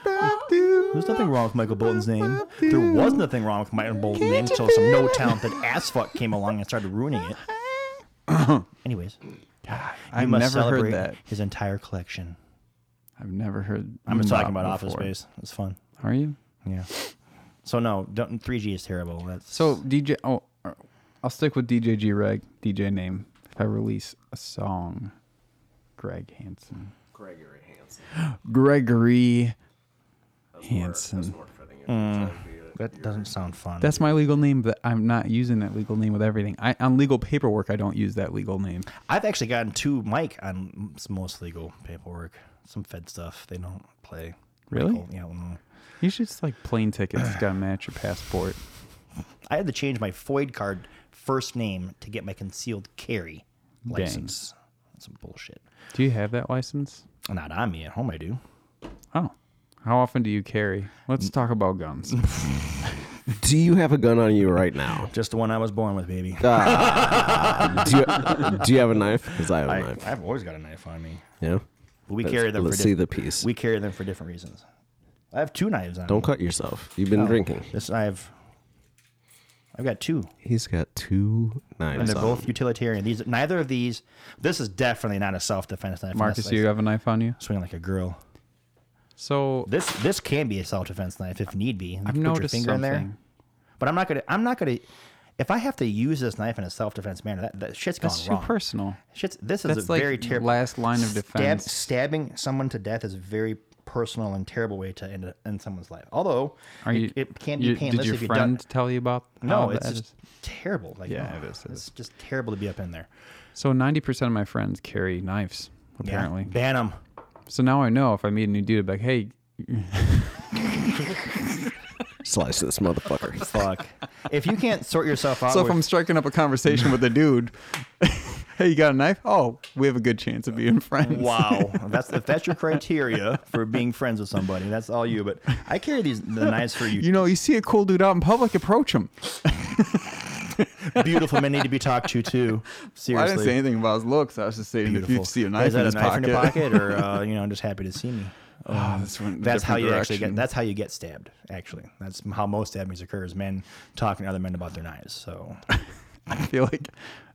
Speaker 2: There's nothing wrong with Michael Bolton's name. There was nothing wrong with Michael Bolton's name until some no talented ass fuck came along and started ruining it. Anyways, you
Speaker 1: I've
Speaker 2: must
Speaker 1: never
Speaker 2: celebrate
Speaker 1: heard that.
Speaker 2: his entire collection.
Speaker 1: I've never heard.
Speaker 2: I'm just talking
Speaker 1: Mob
Speaker 2: about Office
Speaker 1: before.
Speaker 2: Space. It's fun.
Speaker 1: Are you?
Speaker 2: Yeah. So no, don't, 3G is terrible. That's
Speaker 1: So DJ. Oh, I'll stick with DJ G Reg. DJ name. If I release a song, Greg Hansen.
Speaker 3: Gregory Hansen.
Speaker 1: Gregory Hansen.
Speaker 2: that doesn't sound fun.
Speaker 1: That's my legal name, but I'm not using that legal name with everything. I on legal paperwork, I don't use that legal name.
Speaker 2: I've actually gotten two Mike on s- most legal paperwork. Some Fed stuff they don't play.
Speaker 1: Really?
Speaker 2: Michael, yeah. No.
Speaker 1: You should just like plane tickets. Gotta match your passport.
Speaker 2: I had to change my FOID card first name to get my concealed carry license. That's some bullshit.
Speaker 1: Do you have that license?
Speaker 2: Not on me at home. I do.
Speaker 1: Oh, how often do you carry? Let's talk about guns.
Speaker 3: Do you have a gun on you right now?
Speaker 2: Just the one I was born with, baby.
Speaker 3: Do you, do you have a knife? Because I have a
Speaker 2: I,
Speaker 3: knife.
Speaker 2: I've always got a knife on me.
Speaker 3: Yeah.
Speaker 2: But we
Speaker 3: Let's-
Speaker 2: carry them.
Speaker 3: let's
Speaker 2: for
Speaker 3: see
Speaker 2: diff-
Speaker 3: the piece.
Speaker 2: We carry them for different reasons. I have two knives on. me.
Speaker 3: Don't cut yourself. You've been drinking.
Speaker 2: This I have. I've got two,
Speaker 3: He's got two
Speaker 2: and
Speaker 3: knives.
Speaker 2: they're
Speaker 3: on
Speaker 2: both
Speaker 3: him.
Speaker 2: utilitarian. These neither of these. This is definitely not a self-defense knife.
Speaker 1: Marcus,
Speaker 2: unless I
Speaker 1: you have a knife on you.
Speaker 2: swing like a girl.
Speaker 1: So
Speaker 2: This this can be a self-defense knife if need be. You
Speaker 1: I've
Speaker 2: can put your
Speaker 1: noticed
Speaker 2: finger in there,
Speaker 1: something.
Speaker 2: but I'm not gonna. I'm not gonna. If I have to use this knife in a self-defense manner, that, that shit's gone
Speaker 1: That's too
Speaker 2: wrong.
Speaker 1: personal.
Speaker 2: Shit's, this is
Speaker 1: That's
Speaker 2: a
Speaker 1: like
Speaker 2: very terrible
Speaker 1: last line of defense.
Speaker 2: stabbing someone to death is a very personal and terrible way to end, end someone's life. Although,
Speaker 1: Are you?
Speaker 2: it, it can
Speaker 1: you-
Speaker 2: be painless
Speaker 1: Did your
Speaker 2: if you
Speaker 1: friend
Speaker 2: don't.
Speaker 1: tell you about?
Speaker 2: No,
Speaker 1: how
Speaker 2: it's
Speaker 1: that
Speaker 2: just
Speaker 1: is?
Speaker 2: terrible. Like,
Speaker 1: Yeah,
Speaker 2: ugh,
Speaker 1: it is, it
Speaker 2: It's just terrible to be up in there.
Speaker 1: So ninety percent of my friends carry knives. Apparently,
Speaker 2: Yeah. Ban them.
Speaker 1: so now I know if I meet a new dude, i like, hey,
Speaker 3: Slice this motherfucker.
Speaker 2: Fuck. if you can't sort yourself out,
Speaker 1: So if
Speaker 2: with-
Speaker 1: I'm striking up a conversation with a dude, hey, you got a knife? Oh, we have a good chance of being friends.
Speaker 2: Wow, that's if that's your criteria for being friends with somebody, that's all you. But I carry these the knives for you.
Speaker 1: You know, you see a cool dude out in public, approach him.
Speaker 2: Beautiful men need to be talked to too.
Speaker 1: I
Speaker 2: Seriously,
Speaker 1: didn't say anything about his looks. I was just saying
Speaker 2: beautiful.
Speaker 1: if you see a
Speaker 2: Is
Speaker 1: knife,
Speaker 2: that
Speaker 1: in,
Speaker 2: a
Speaker 1: his
Speaker 2: knife in
Speaker 1: pocket,
Speaker 2: your pocket, or uh, you know, just happy to see me?
Speaker 1: Oh, this went a
Speaker 2: That's how you
Speaker 1: different
Speaker 2: actually
Speaker 1: direction.
Speaker 2: get. That's how you get stabbed. Actually, that's how most stabbings occur: is men talking to other men about their knives. So
Speaker 1: I feel like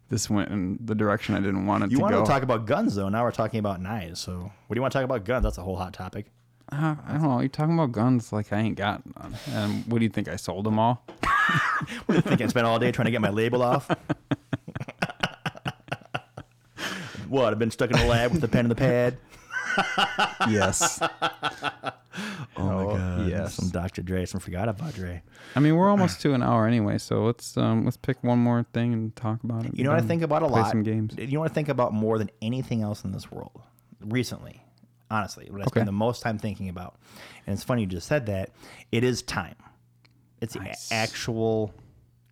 Speaker 1: this went in the direction I didn't want it
Speaker 2: you
Speaker 1: to
Speaker 2: wanted
Speaker 1: go.
Speaker 2: to talk about guns, though. Now we're talking about knives. So what do you want to talk about guns? That's a whole hot topic.
Speaker 1: Uh, I don't know. You're talking about guns like I ain't got none. And what do you think? I sold them all?
Speaker 2: I think I spent all day trying to get my label off. what? I've been stuck in a lab with the pen and the pad.
Speaker 1: Yes.
Speaker 2: Oh my god!
Speaker 1: yes.
Speaker 2: some Dr. Dre. Some forgot about Dre.
Speaker 1: I mean, we're almost to an hour anyway, so let's um, let's pick one more thing and talk about it.
Speaker 2: You know what I
Speaker 1: Done.
Speaker 2: think about a
Speaker 1: Play
Speaker 2: lot.
Speaker 1: some games.
Speaker 2: You know what I think about more than anything else in this world recently. Honestly, what I
Speaker 1: Okay.
Speaker 2: spend the most time thinking about, and it's funny you just said that. It is time. It's the a- actual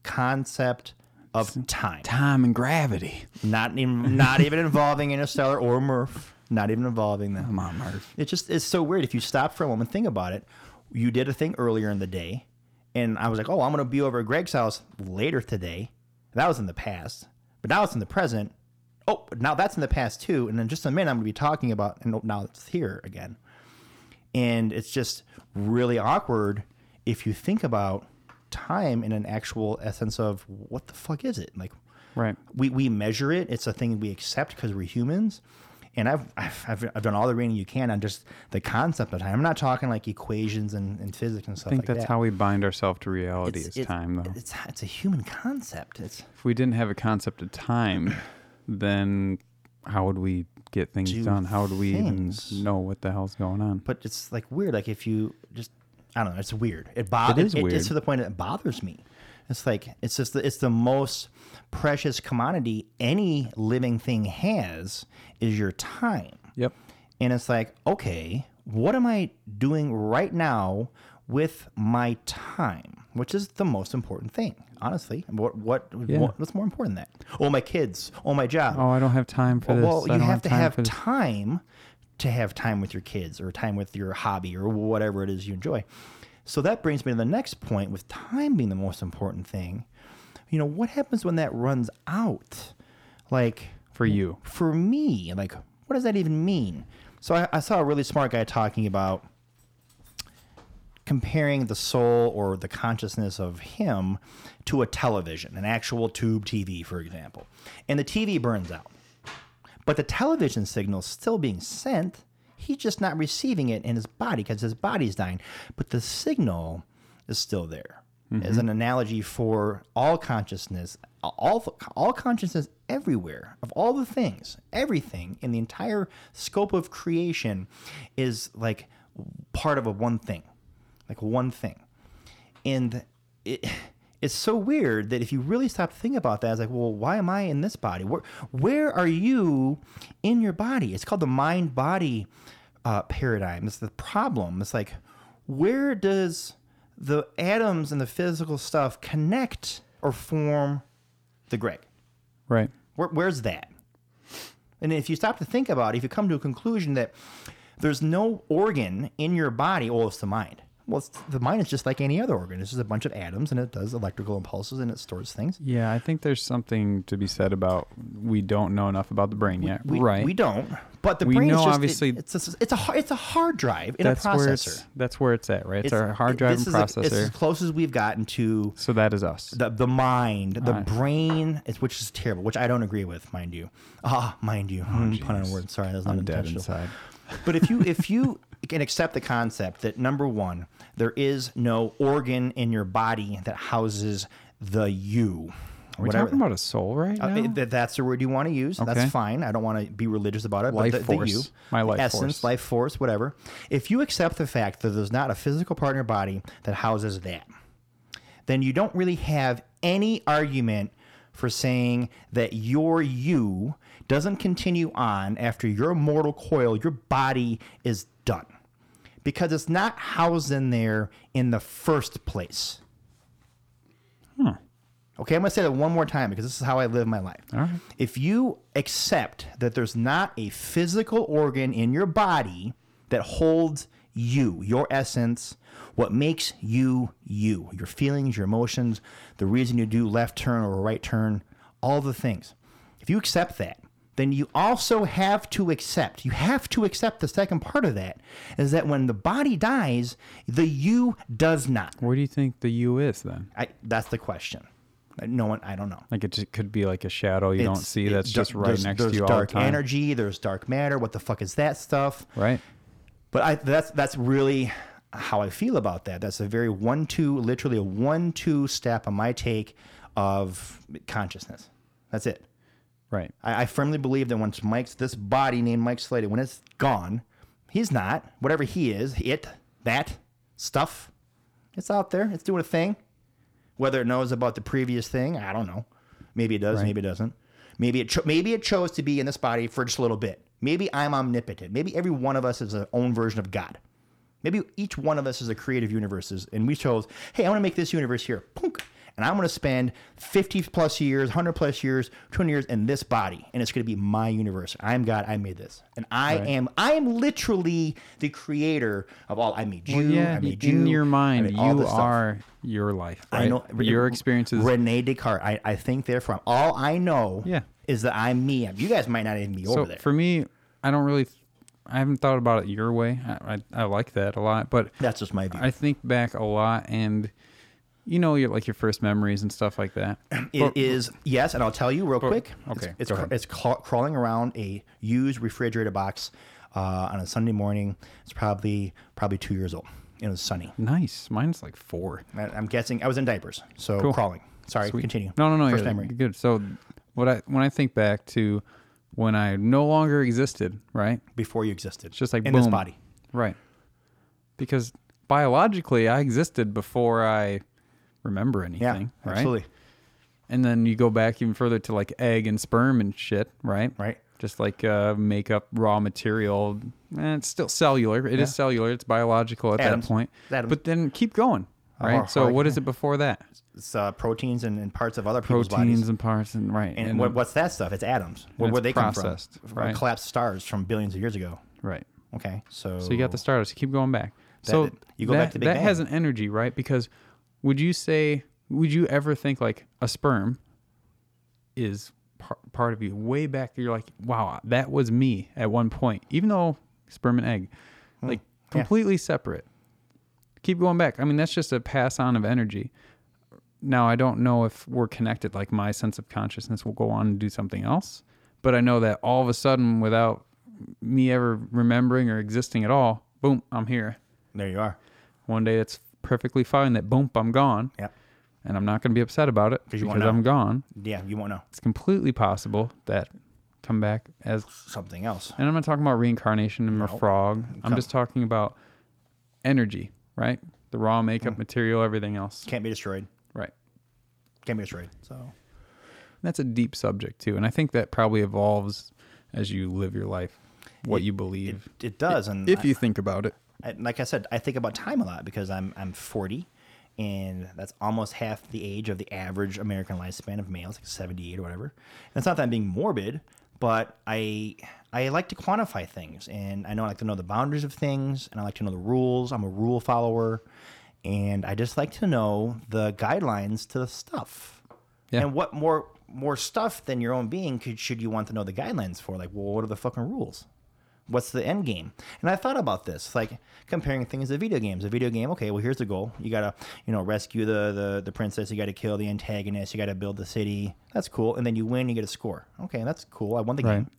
Speaker 2: concept of time.
Speaker 1: Time and gravity.
Speaker 2: Not even not even involving Interstellar or Murph. Not even involving them.
Speaker 1: Come on, Murph.
Speaker 2: It just it's so weird. If you stop for a moment, think about it. You did a thing earlier in the day, and I was like, "Oh, I'm gonna be over at Greg's house later today." That was in the past, but now it's in the present. Oh, but now that's in the past too. And in just a minute, I'm gonna be talking about, and now it's here again. And it's just really awkward if you think about time in an actual essence of what the fuck is it like
Speaker 1: Right.
Speaker 2: we, we measure it. It's a thing we accept because we're humans. And I've, I've, I've, I've done all the reading you can on just the concept of time. I'm not talking like equations and, and physics and stuff
Speaker 1: I think
Speaker 2: like
Speaker 1: that's
Speaker 2: that.
Speaker 1: how we bind ourselves to reality
Speaker 2: It's-
Speaker 1: is
Speaker 2: it's-
Speaker 1: time, though.
Speaker 2: It's, it's a human concept. It's
Speaker 1: if we didn't have a concept of time, then how would we get things
Speaker 2: Do
Speaker 1: done? How would we
Speaker 2: things.
Speaker 1: even know what the hell's going on?
Speaker 2: but it's like weird. Like if you just I don't know, it's weird. It bothers.
Speaker 1: It is
Speaker 2: It's
Speaker 1: weird.
Speaker 2: to the point that it bothers me. It's like it's just the, it's the most precious commodity any living thing has is your time.
Speaker 1: yep.
Speaker 2: And it's like, okay, what am I doing right now with my time? Which is the most important thing, honestly. What what, what what's more important than that? Oh, my kids. Oh, my job.
Speaker 1: Oh, I don't have time for this.
Speaker 2: well,
Speaker 1: I
Speaker 2: you
Speaker 1: don't
Speaker 2: have to
Speaker 1: time
Speaker 2: have
Speaker 1: for this.
Speaker 2: time to have time with your kids or time with your hobby or whatever it is you enjoy. So that brings me to the next point with time being the most important thing. You know, what happens when that runs out? Like
Speaker 1: for you.
Speaker 2: for me like what does that even mean so I, I saw a really smart guy talking about comparing the soul or the consciousness of him to a television an actual tube tv for example and the tv burns out but the television signal's still being sent he's just not receiving it in his body because his body's dying but the signal is still there as an analogy for all consciousness, all all consciousness everywhere of all the things, everything in the entire scope of creation is like part of a one thing, like one thing, and it. It's so weird that if you really stop to think about that, it's like, well, why am I in this body? Where, where are you in your body? It's called the mind body uh, paradigm. It's the problem. It's like, where does the atoms and the physical stuff connect or form the Greg.
Speaker 1: Right.
Speaker 2: Where, where's that? And if you stop to think about it, if you come to a conclusion that there's no organ in your body, well, it's the mind. Well, it's, the mind is just like any other organ. It's just a bunch of atoms, and it does electrical impulses, and it stores things.
Speaker 1: Yeah, I think there's something to be said about we don't know enough about the brain yet.
Speaker 2: We,
Speaker 1: right.
Speaker 2: We don't. But the
Speaker 1: We
Speaker 2: brain is
Speaker 1: know,
Speaker 2: just, it-
Speaker 1: obviously-
Speaker 2: it's a, it's a har- it's a hard drive in
Speaker 1: that's
Speaker 2: a processor.
Speaker 1: where it's that's where it's at, right? It's, our hard
Speaker 2: it-
Speaker 1: drive
Speaker 2: this
Speaker 1: and
Speaker 2: is a- it's as
Speaker 1: processor.
Speaker 2: close as we've gotten to
Speaker 1: so that is us.
Speaker 2: the the mind, the
Speaker 1: Alright.
Speaker 2: brain, it's, which is terrible, which I don't agree with, mind you. Ah, mind you. Mm, pun on
Speaker 1: Oh, jeez.
Speaker 2: word. Sorry, that was not
Speaker 1: I'm dead
Speaker 2: intentional.
Speaker 1: inside.
Speaker 2: But if you if you can accept the concept that number one, there is no organ in your body that houses the you.
Speaker 1: We're talking about a soul right
Speaker 2: Uh,
Speaker 1: now.
Speaker 2: it- that- that's the word you want to use.
Speaker 1: Okay.
Speaker 2: That's fine. I don't want to be religious about it.
Speaker 1: Life
Speaker 2: but the, the
Speaker 1: force.
Speaker 2: you,
Speaker 1: My
Speaker 2: the
Speaker 1: life
Speaker 2: essence,
Speaker 1: force.
Speaker 2: life force, whatever. If you accept the fact that there's not a physical part in your body that houses that, then you don't really have any argument for saying that your you doesn't continue on after your mortal coil. Your body is done because it's not housed in there in the first place. Okay, I'm gonna say that one more time because this is how I live my life. If you accept that there's not a physical organ in your body that holds you, your essence, what makes you you, your feelings, your emotions, the reason you do left turn or right turn, all the things. If you accept that, then you also have to accept. You have to accept the second part of that is that when the body dies, the you does not.
Speaker 1: Where do you think the you is then?
Speaker 2: I, that's the question. No one, I don't know.
Speaker 1: Like it just could be like a shadow you don't
Speaker 2: It's-
Speaker 1: see
Speaker 2: it-
Speaker 1: that's
Speaker 2: dar-
Speaker 1: just right
Speaker 2: there's-
Speaker 1: next to
Speaker 2: there's
Speaker 1: you all the
Speaker 2: dark
Speaker 1: time.
Speaker 2: energy there's dark matter what the fuck is that stuff
Speaker 1: Right.
Speaker 2: but i that's that's really how i feel about that that's a very one two literally a one two step on my take of consciousness that's it
Speaker 1: Right.
Speaker 2: I, I firmly believe that once Mike's this body named Mike Slater, when it's gone, he's not whatever he is, it, that stuff. It's out there. It's doing a thing. Whether it knows about the previous thing, I don't know. Maybe it does. Maybe it doesn't. Maybe it cho- maybe it chose to be in this body for just a little bit. Maybe I'm omnipotent. Maybe every one of us is our own version of God. Maybe each one of us is a creative universe, is- and we chose, hey, I want to make this universe here, punk, and I'm going to spend 50 plus years, 100 plus years, 200 years in this body, and it's going to be my universe. I'm God. I made this, and I am. I am literally the creator of all. I made you.
Speaker 1: yeah.
Speaker 2: I made you
Speaker 1: in your
Speaker 2: I
Speaker 1: mind,
Speaker 2: made all
Speaker 1: you
Speaker 2: this stuff.
Speaker 1: are your life. Right?
Speaker 2: I know
Speaker 1: your experiences.
Speaker 2: Rene Descartes. I, I think therefore, all I know
Speaker 1: Yeah.
Speaker 2: is that I'm me. You guys might not even be
Speaker 1: so
Speaker 2: over there.
Speaker 1: for me, I don't really. I haven't thought about it your way. I, I, I like that a lot, but
Speaker 2: That's just my view.
Speaker 1: I think back a lot and you know your like your first memories and stuff like that.
Speaker 2: It is yes, and I'll tell you real quick.
Speaker 1: okay,
Speaker 2: it's it's,
Speaker 1: go
Speaker 2: cr-
Speaker 1: ahead.
Speaker 2: it's ca- crawling around a used refrigerator box uh, on a Sunday morning. It's probably probably two years old. It was sunny.
Speaker 1: nice. Mine's like 4.
Speaker 2: I- I'm guessing I was in diapers, so crawling. Sorry, continue.
Speaker 1: No, no, no.
Speaker 2: First
Speaker 1: yeah,
Speaker 2: memory.
Speaker 1: Good. So what I when I think back to when I no longer existed, right?
Speaker 2: Before you existed,
Speaker 1: It's just like
Speaker 2: in
Speaker 1: boom.
Speaker 2: this body.
Speaker 1: Right. Because biologically I existed before I remember anything,
Speaker 2: Yeah,
Speaker 1: right?
Speaker 2: absolutely.
Speaker 1: And then you go back even further to like egg and sperm and shit, right?
Speaker 2: Right.
Speaker 1: Just like uh, make up raw material. Eh, it's still cellular. It is cellular. It's biological at
Speaker 2: Atoms.
Speaker 1: that point.
Speaker 2: Atoms. Oh,
Speaker 1: But then keep going, right?
Speaker 2: har-
Speaker 1: so
Speaker 2: har-
Speaker 1: what is it before that?
Speaker 2: It's uh, proteins and, and parts of other people's
Speaker 1: Proteins
Speaker 2: bodies.
Speaker 1: and parts and right.
Speaker 2: And, what, what's that stuff? It's atoms. Where
Speaker 1: it's
Speaker 2: where they
Speaker 1: processed,
Speaker 2: come from?
Speaker 1: right.
Speaker 2: Collapsed stars from billions of years ago.
Speaker 1: right.
Speaker 2: Okay, so
Speaker 1: So you got the stardust. You keep going back. so
Speaker 2: that- you go back
Speaker 1: that-
Speaker 2: to Big
Speaker 1: that
Speaker 2: Bang.
Speaker 1: has an energy, right? Because would you say would you ever think like a sperm is par- part of you way back? You're like, wow, that was me at one point, even though sperm and egg,
Speaker 2: Hmm.
Speaker 1: like completely separate. Keep going back. I mean, that's just a pass on of energy. Now I don't know if we're connected. Like my sense of consciousness will go on and do something else, but I know that all of a sudden, without me ever remembering or existing at all, boom, I'm here.
Speaker 2: there you are.
Speaker 1: One day it's perfectly fine that boom, I'm gone,
Speaker 2: Yep.
Speaker 1: and I'm not going to be upset about it because
Speaker 2: you won't know.
Speaker 1: I'm gone.
Speaker 2: Yeah, you won't know
Speaker 1: It's completely possible that come back as,
Speaker 2: something else.
Speaker 1: and I'm not talking about reincarnation and a frog. I'm just talking about energy, right? The raw
Speaker 2: Mm.
Speaker 1: makeup material, everything else,
Speaker 2: Can't be destroyed.
Speaker 1: right?
Speaker 2: Can't be destroyed. So
Speaker 1: That's a deep subject too, and I think that probably evolves as you live your life, what you believe,
Speaker 2: it does, and
Speaker 1: if you think about it.
Speaker 2: I, like I said, I think about time a lot because I'm I'm 40, and that's almost half the age of the average American lifespan of males, like 78 or whatever. And it's not that I'm being morbid, but I I like to quantify things, and I know I like to know the boundaries of things, and I like to know the rules. I'm a rule follower, and I just like to know the guidelines to the stuff.
Speaker 1: Yeah.
Speaker 2: And what more more stuff than your own being could should you want to know the guidelines for? Like, well, what are the fucking rules? What's the end game? And I thought about this, like comparing things to video games. A video game, okay, well here's the goal. You gotta, you know, rescue the the, the princess, you gotta kill the antagonist, you gotta build the city. That's cool. And then you win, you get a score. Okay, that's cool. I won the game.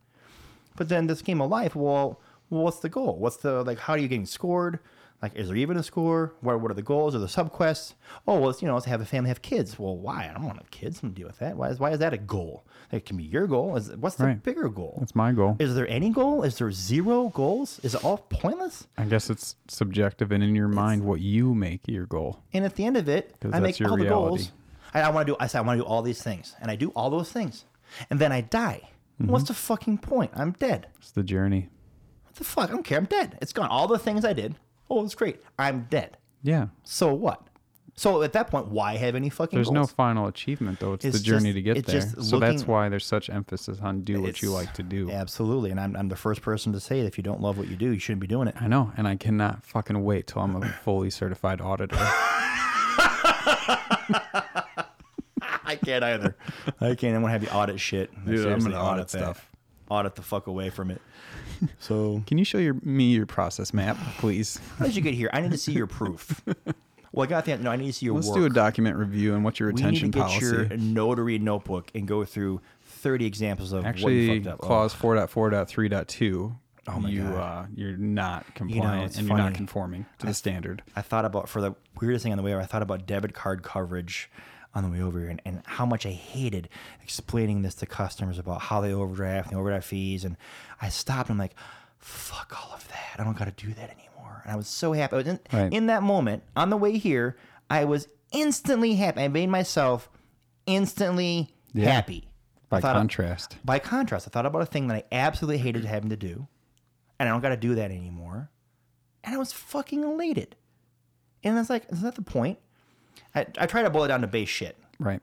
Speaker 2: But then this game of life, well, well, what's the goal? What's the like? How are you getting scored? Like, is there even a score? What What are the goals? Are the subquests? Oh, well, it's, you know, it's to have a family, have kids. Well, why? I don't want to have kids. I'm gonna deal with that. Why is Why is that a goal? It can be your goal. Is what's the
Speaker 1: Right.
Speaker 2: bigger goal?
Speaker 1: That's my goal.
Speaker 2: Is there any goal? Is there zero goals? Is it all pointless?
Speaker 1: I guess it's subjective and in your mind what you make your goal.
Speaker 2: And at the end of it,
Speaker 1: 'Cause
Speaker 2: I
Speaker 1: that's
Speaker 2: make
Speaker 1: your
Speaker 2: all the
Speaker 1: reality.
Speaker 2: goals. I, I want to do. I say I want to do all these things, and I do all those things, and then I die.
Speaker 1: Mm-hmm.
Speaker 2: What's the fucking point? I'm dead.
Speaker 1: It's the journey.
Speaker 2: What the fuck? I don't care. I'm dead. It's gone. All the things I did. Oh, it's great. I'm dead.
Speaker 1: Yeah.
Speaker 2: So what? So at that point, why have any fucking?
Speaker 1: There's no
Speaker 2: goals?
Speaker 1: final achievement though. It's,
Speaker 2: It's
Speaker 1: the journey
Speaker 2: just-
Speaker 1: to get
Speaker 2: it's
Speaker 1: there.
Speaker 2: just
Speaker 1: So that's
Speaker 2: looking-
Speaker 1: why there's such emphasis on do what you
Speaker 2: It's-
Speaker 1: like to do.
Speaker 2: Absolutely, and I'm, I'm the first person to say if you don't love what you do, you shouldn't be doing it.
Speaker 1: I know, and I cannot fucking wait till I'm a fully certified auditor.
Speaker 2: I can't either. I can't. I'm gonna have you audit shit.
Speaker 1: I'm
Speaker 2: Seriously,
Speaker 1: gonna audit
Speaker 2: that.
Speaker 1: stuff.
Speaker 2: Audit the fuck away from it. So
Speaker 1: Can you show your me your process map, please?
Speaker 2: how did you get here? I need to see your proof. Well, I got that. No, I need to see your
Speaker 1: Let's
Speaker 2: work.
Speaker 1: do a document review and what's your
Speaker 2: we need to
Speaker 1: retention
Speaker 2: get
Speaker 1: policy.
Speaker 2: your notary notebook and go through 30 examples of what
Speaker 1: Actually,
Speaker 2: you fucked up. Oh.
Speaker 1: clause 4.4.3.2. Oh
Speaker 2: my
Speaker 1: you,
Speaker 2: God.
Speaker 1: Uh, you're not compliant
Speaker 2: it's
Speaker 1: and you're not
Speaker 2: funny.
Speaker 1: conforming to the standard.
Speaker 2: I thought about for the weirdest thing on the way over. I thought about debit card coverage on the way over here, and, and how much I hated explaining this to customers about how they overdraft and the overdraft fees. And I stopped. And I'm like, fuck all of that. I don't got to do that anymore. And I was so happy. I was in,
Speaker 1: Right.
Speaker 2: in that moment on the way here. I was instantly happy. I made myself instantly happy. I
Speaker 1: By
Speaker 2: thought-
Speaker 1: contrast,
Speaker 2: by contrast, I thought about a thing that I absolutely hated having to do, and I don't got to do that anymore. And I was fucking elated. And it's like, is that the point? I, I try to boil it down to base shit.
Speaker 1: right?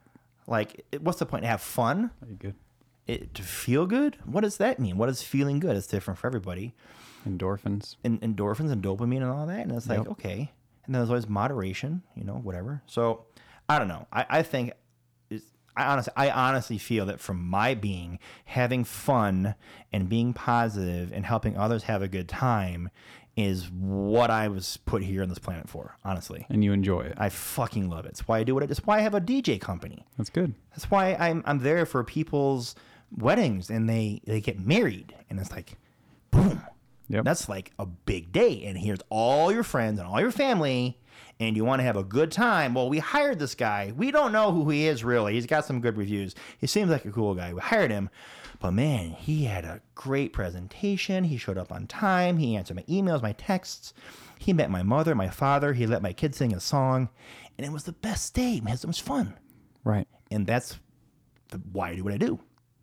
Speaker 2: Like, it- what's the point? To have fun?
Speaker 1: Very good.
Speaker 2: It, to feel good? What does that mean? What is feeling good? It's different for everybody.
Speaker 1: Endorphins.
Speaker 2: And endorphins and dopamine and all that. And it's like, okay. And then there's always moderation, you know, whatever. So I don't know. I, I think is- I honestly, I honestly feel that from my being, having fun and being positive and helping others have a good time is what I was put here on this planet for. Honestly,
Speaker 1: And you enjoy it.
Speaker 2: I fucking love it. It's why I do what I do. It's why I have a DJ company.
Speaker 1: That's good.
Speaker 2: That's why I'm I'm there for people's weddings and they they get married and it's like, boom,
Speaker 1: Yep.
Speaker 2: that's like a big day. And here's all your friends and all your family, and you want to have a good time. Well, we hired this guy. We don't know who he is really. He's got some good reviews. He seems like a cool guy. We hired him, but man, he had a great presentation. He showed up on time. He answered my emails, my texts. He met my mother, my father. He let my kids sing a song, and it was the best day. Man, it was fun
Speaker 1: right.
Speaker 2: and that's the, why I do what I do.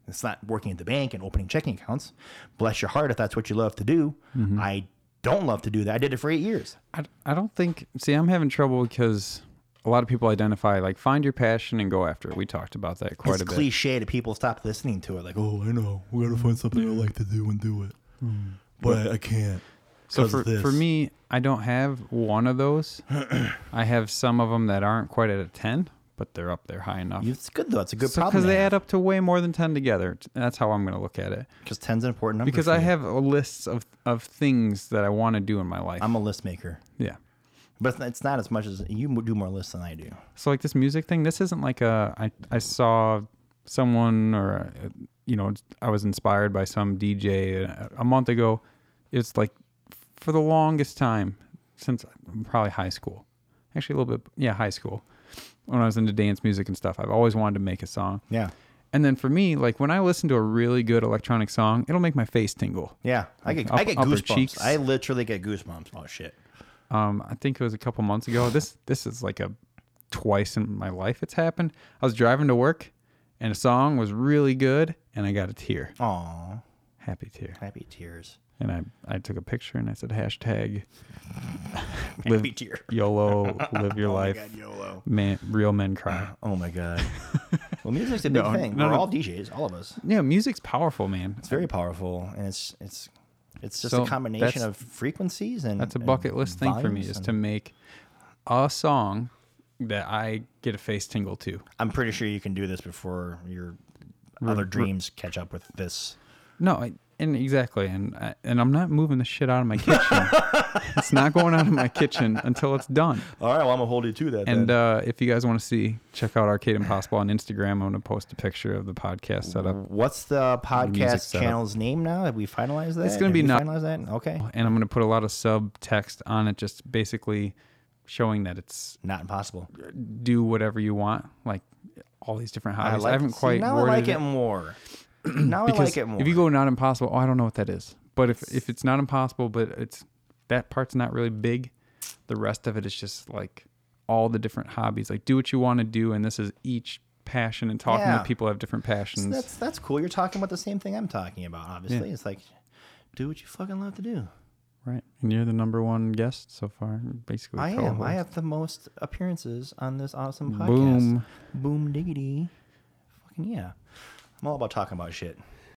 Speaker 2: It's not working at the bank and opening checking accounts. Bless your heart if that's what you love to do.
Speaker 1: Mm-hmm.
Speaker 2: I don't love to do that. I did it for eight years.
Speaker 1: I, I don't think. See, I'm having trouble because a lot of people identify like find your passion and go after it. We talked about that quite
Speaker 2: it's
Speaker 1: a bit.
Speaker 2: cliche that people stop listening to it. Like, oh,
Speaker 5: Oh, I know. We gotta find something I like to do and do it. But I can't.
Speaker 1: So
Speaker 5: 'cause
Speaker 1: for,
Speaker 5: of this.
Speaker 1: for me, I don't have one of those. I have some of them that aren't quite at a ten, but they're up there high enough.
Speaker 2: it's good though. It's a good problem.
Speaker 1: Because they add up to way more than ten together. That's how I'm going to look at it.
Speaker 2: Because ten's an important number.
Speaker 1: Because
Speaker 2: for
Speaker 1: I
Speaker 2: you.
Speaker 1: have a list of of things that I want to do in my life.
Speaker 2: I'm a list maker,
Speaker 1: yeah.
Speaker 2: but it's not, it's not as much as you do more lists than I do.
Speaker 1: So like this music thing, this isn't like a I I saw someone or uh, you know I was inspired by some DJ a- a month ago. It's like for the longest time since probably high school, actually a little bit yeah high school when I was into dance music and stuff. I've always wanted to make a song.
Speaker 2: Yeah,
Speaker 1: And then for me, like when I listen to a really good electronic song, it'll make my face tingle.
Speaker 2: yeah. I get I
Speaker 1: Up-
Speaker 2: get
Speaker 1: upper
Speaker 2: goosebumps.
Speaker 1: cheeks.
Speaker 2: I literally get goosebumps. Oh shit.
Speaker 1: um, I think it was a couple months ago. This this is like a twice in my life it's happened. I was driving to work, and a song was really good, and I got a tear,
Speaker 2: Oh. Aw,
Speaker 1: happy tear,
Speaker 2: happy tears.
Speaker 1: and I I took a picture and I said hashtag live
Speaker 2: Happy tear.
Speaker 1: YOLO, live your life,
Speaker 2: God, YOLO. Uh-huh.
Speaker 1: man, real men cry.
Speaker 2: Oh my god. Well, music's a big
Speaker 1: No,
Speaker 2: thing.
Speaker 1: no,
Speaker 2: We're
Speaker 1: no.
Speaker 2: all DJs, all of us.
Speaker 1: Yeah, music's powerful, man.
Speaker 2: It's very powerful, and it's it's it's just
Speaker 1: So
Speaker 2: a
Speaker 1: that's-
Speaker 2: combination of frequencies and
Speaker 1: That's a
Speaker 2: and
Speaker 1: bucket list thing for me
Speaker 2: volumes
Speaker 1: is
Speaker 2: and-
Speaker 1: to make a song that I get a face tingle to.
Speaker 2: I'm pretty sure you can do this before your other dreams catch up with this.
Speaker 1: No, I, and exactly, and I- and I'm not moving the shit out of my kitchen. it's not going out of my kitchen until it's done.
Speaker 2: All right, well, I'm gonna hold you to that.
Speaker 1: And
Speaker 2: then.
Speaker 1: uh, if you guys want to see, check out Arcade Impossible on Instagram. I'm gonna post a picture of the podcast setup,
Speaker 2: what's the
Speaker 1: uh, music
Speaker 2: podcast
Speaker 1: setup.
Speaker 2: channel's name now? Have we finalized that?
Speaker 1: It's gonna
Speaker 2: Have
Speaker 1: be
Speaker 2: you
Speaker 1: not-
Speaker 2: finalized that. Okay,
Speaker 1: and I'm gonna put a lot of subtext on it, just basically showing that it's
Speaker 2: not impossible.
Speaker 1: do whatever you want, like all these different hobbies. I,
Speaker 2: like-
Speaker 1: haven't
Speaker 2: see,
Speaker 1: quite
Speaker 2: now I
Speaker 1: worded
Speaker 2: like it more. now I
Speaker 1: because
Speaker 2: like it more.
Speaker 1: if you go not impossible, oh, I don't know what that is. But if if it's not impossible, but it's that part's not really big, the rest of it is just like all the different hobbies. Like do what you want to do, and this is each passion. And talking
Speaker 2: Yeah.
Speaker 1: to people who have different passions.
Speaker 2: So that's that's cool. You're talking about the same thing I'm talking about. Obviously, it's like do what you fucking love to do.
Speaker 1: right, and you're the number one guest so far, basically.
Speaker 2: I am. I
Speaker 1: co-host.
Speaker 2: have the most appearances on this awesome podcast.
Speaker 1: Boom.
Speaker 2: boom diggity. Fucking yeah. I'm all about talking about shit.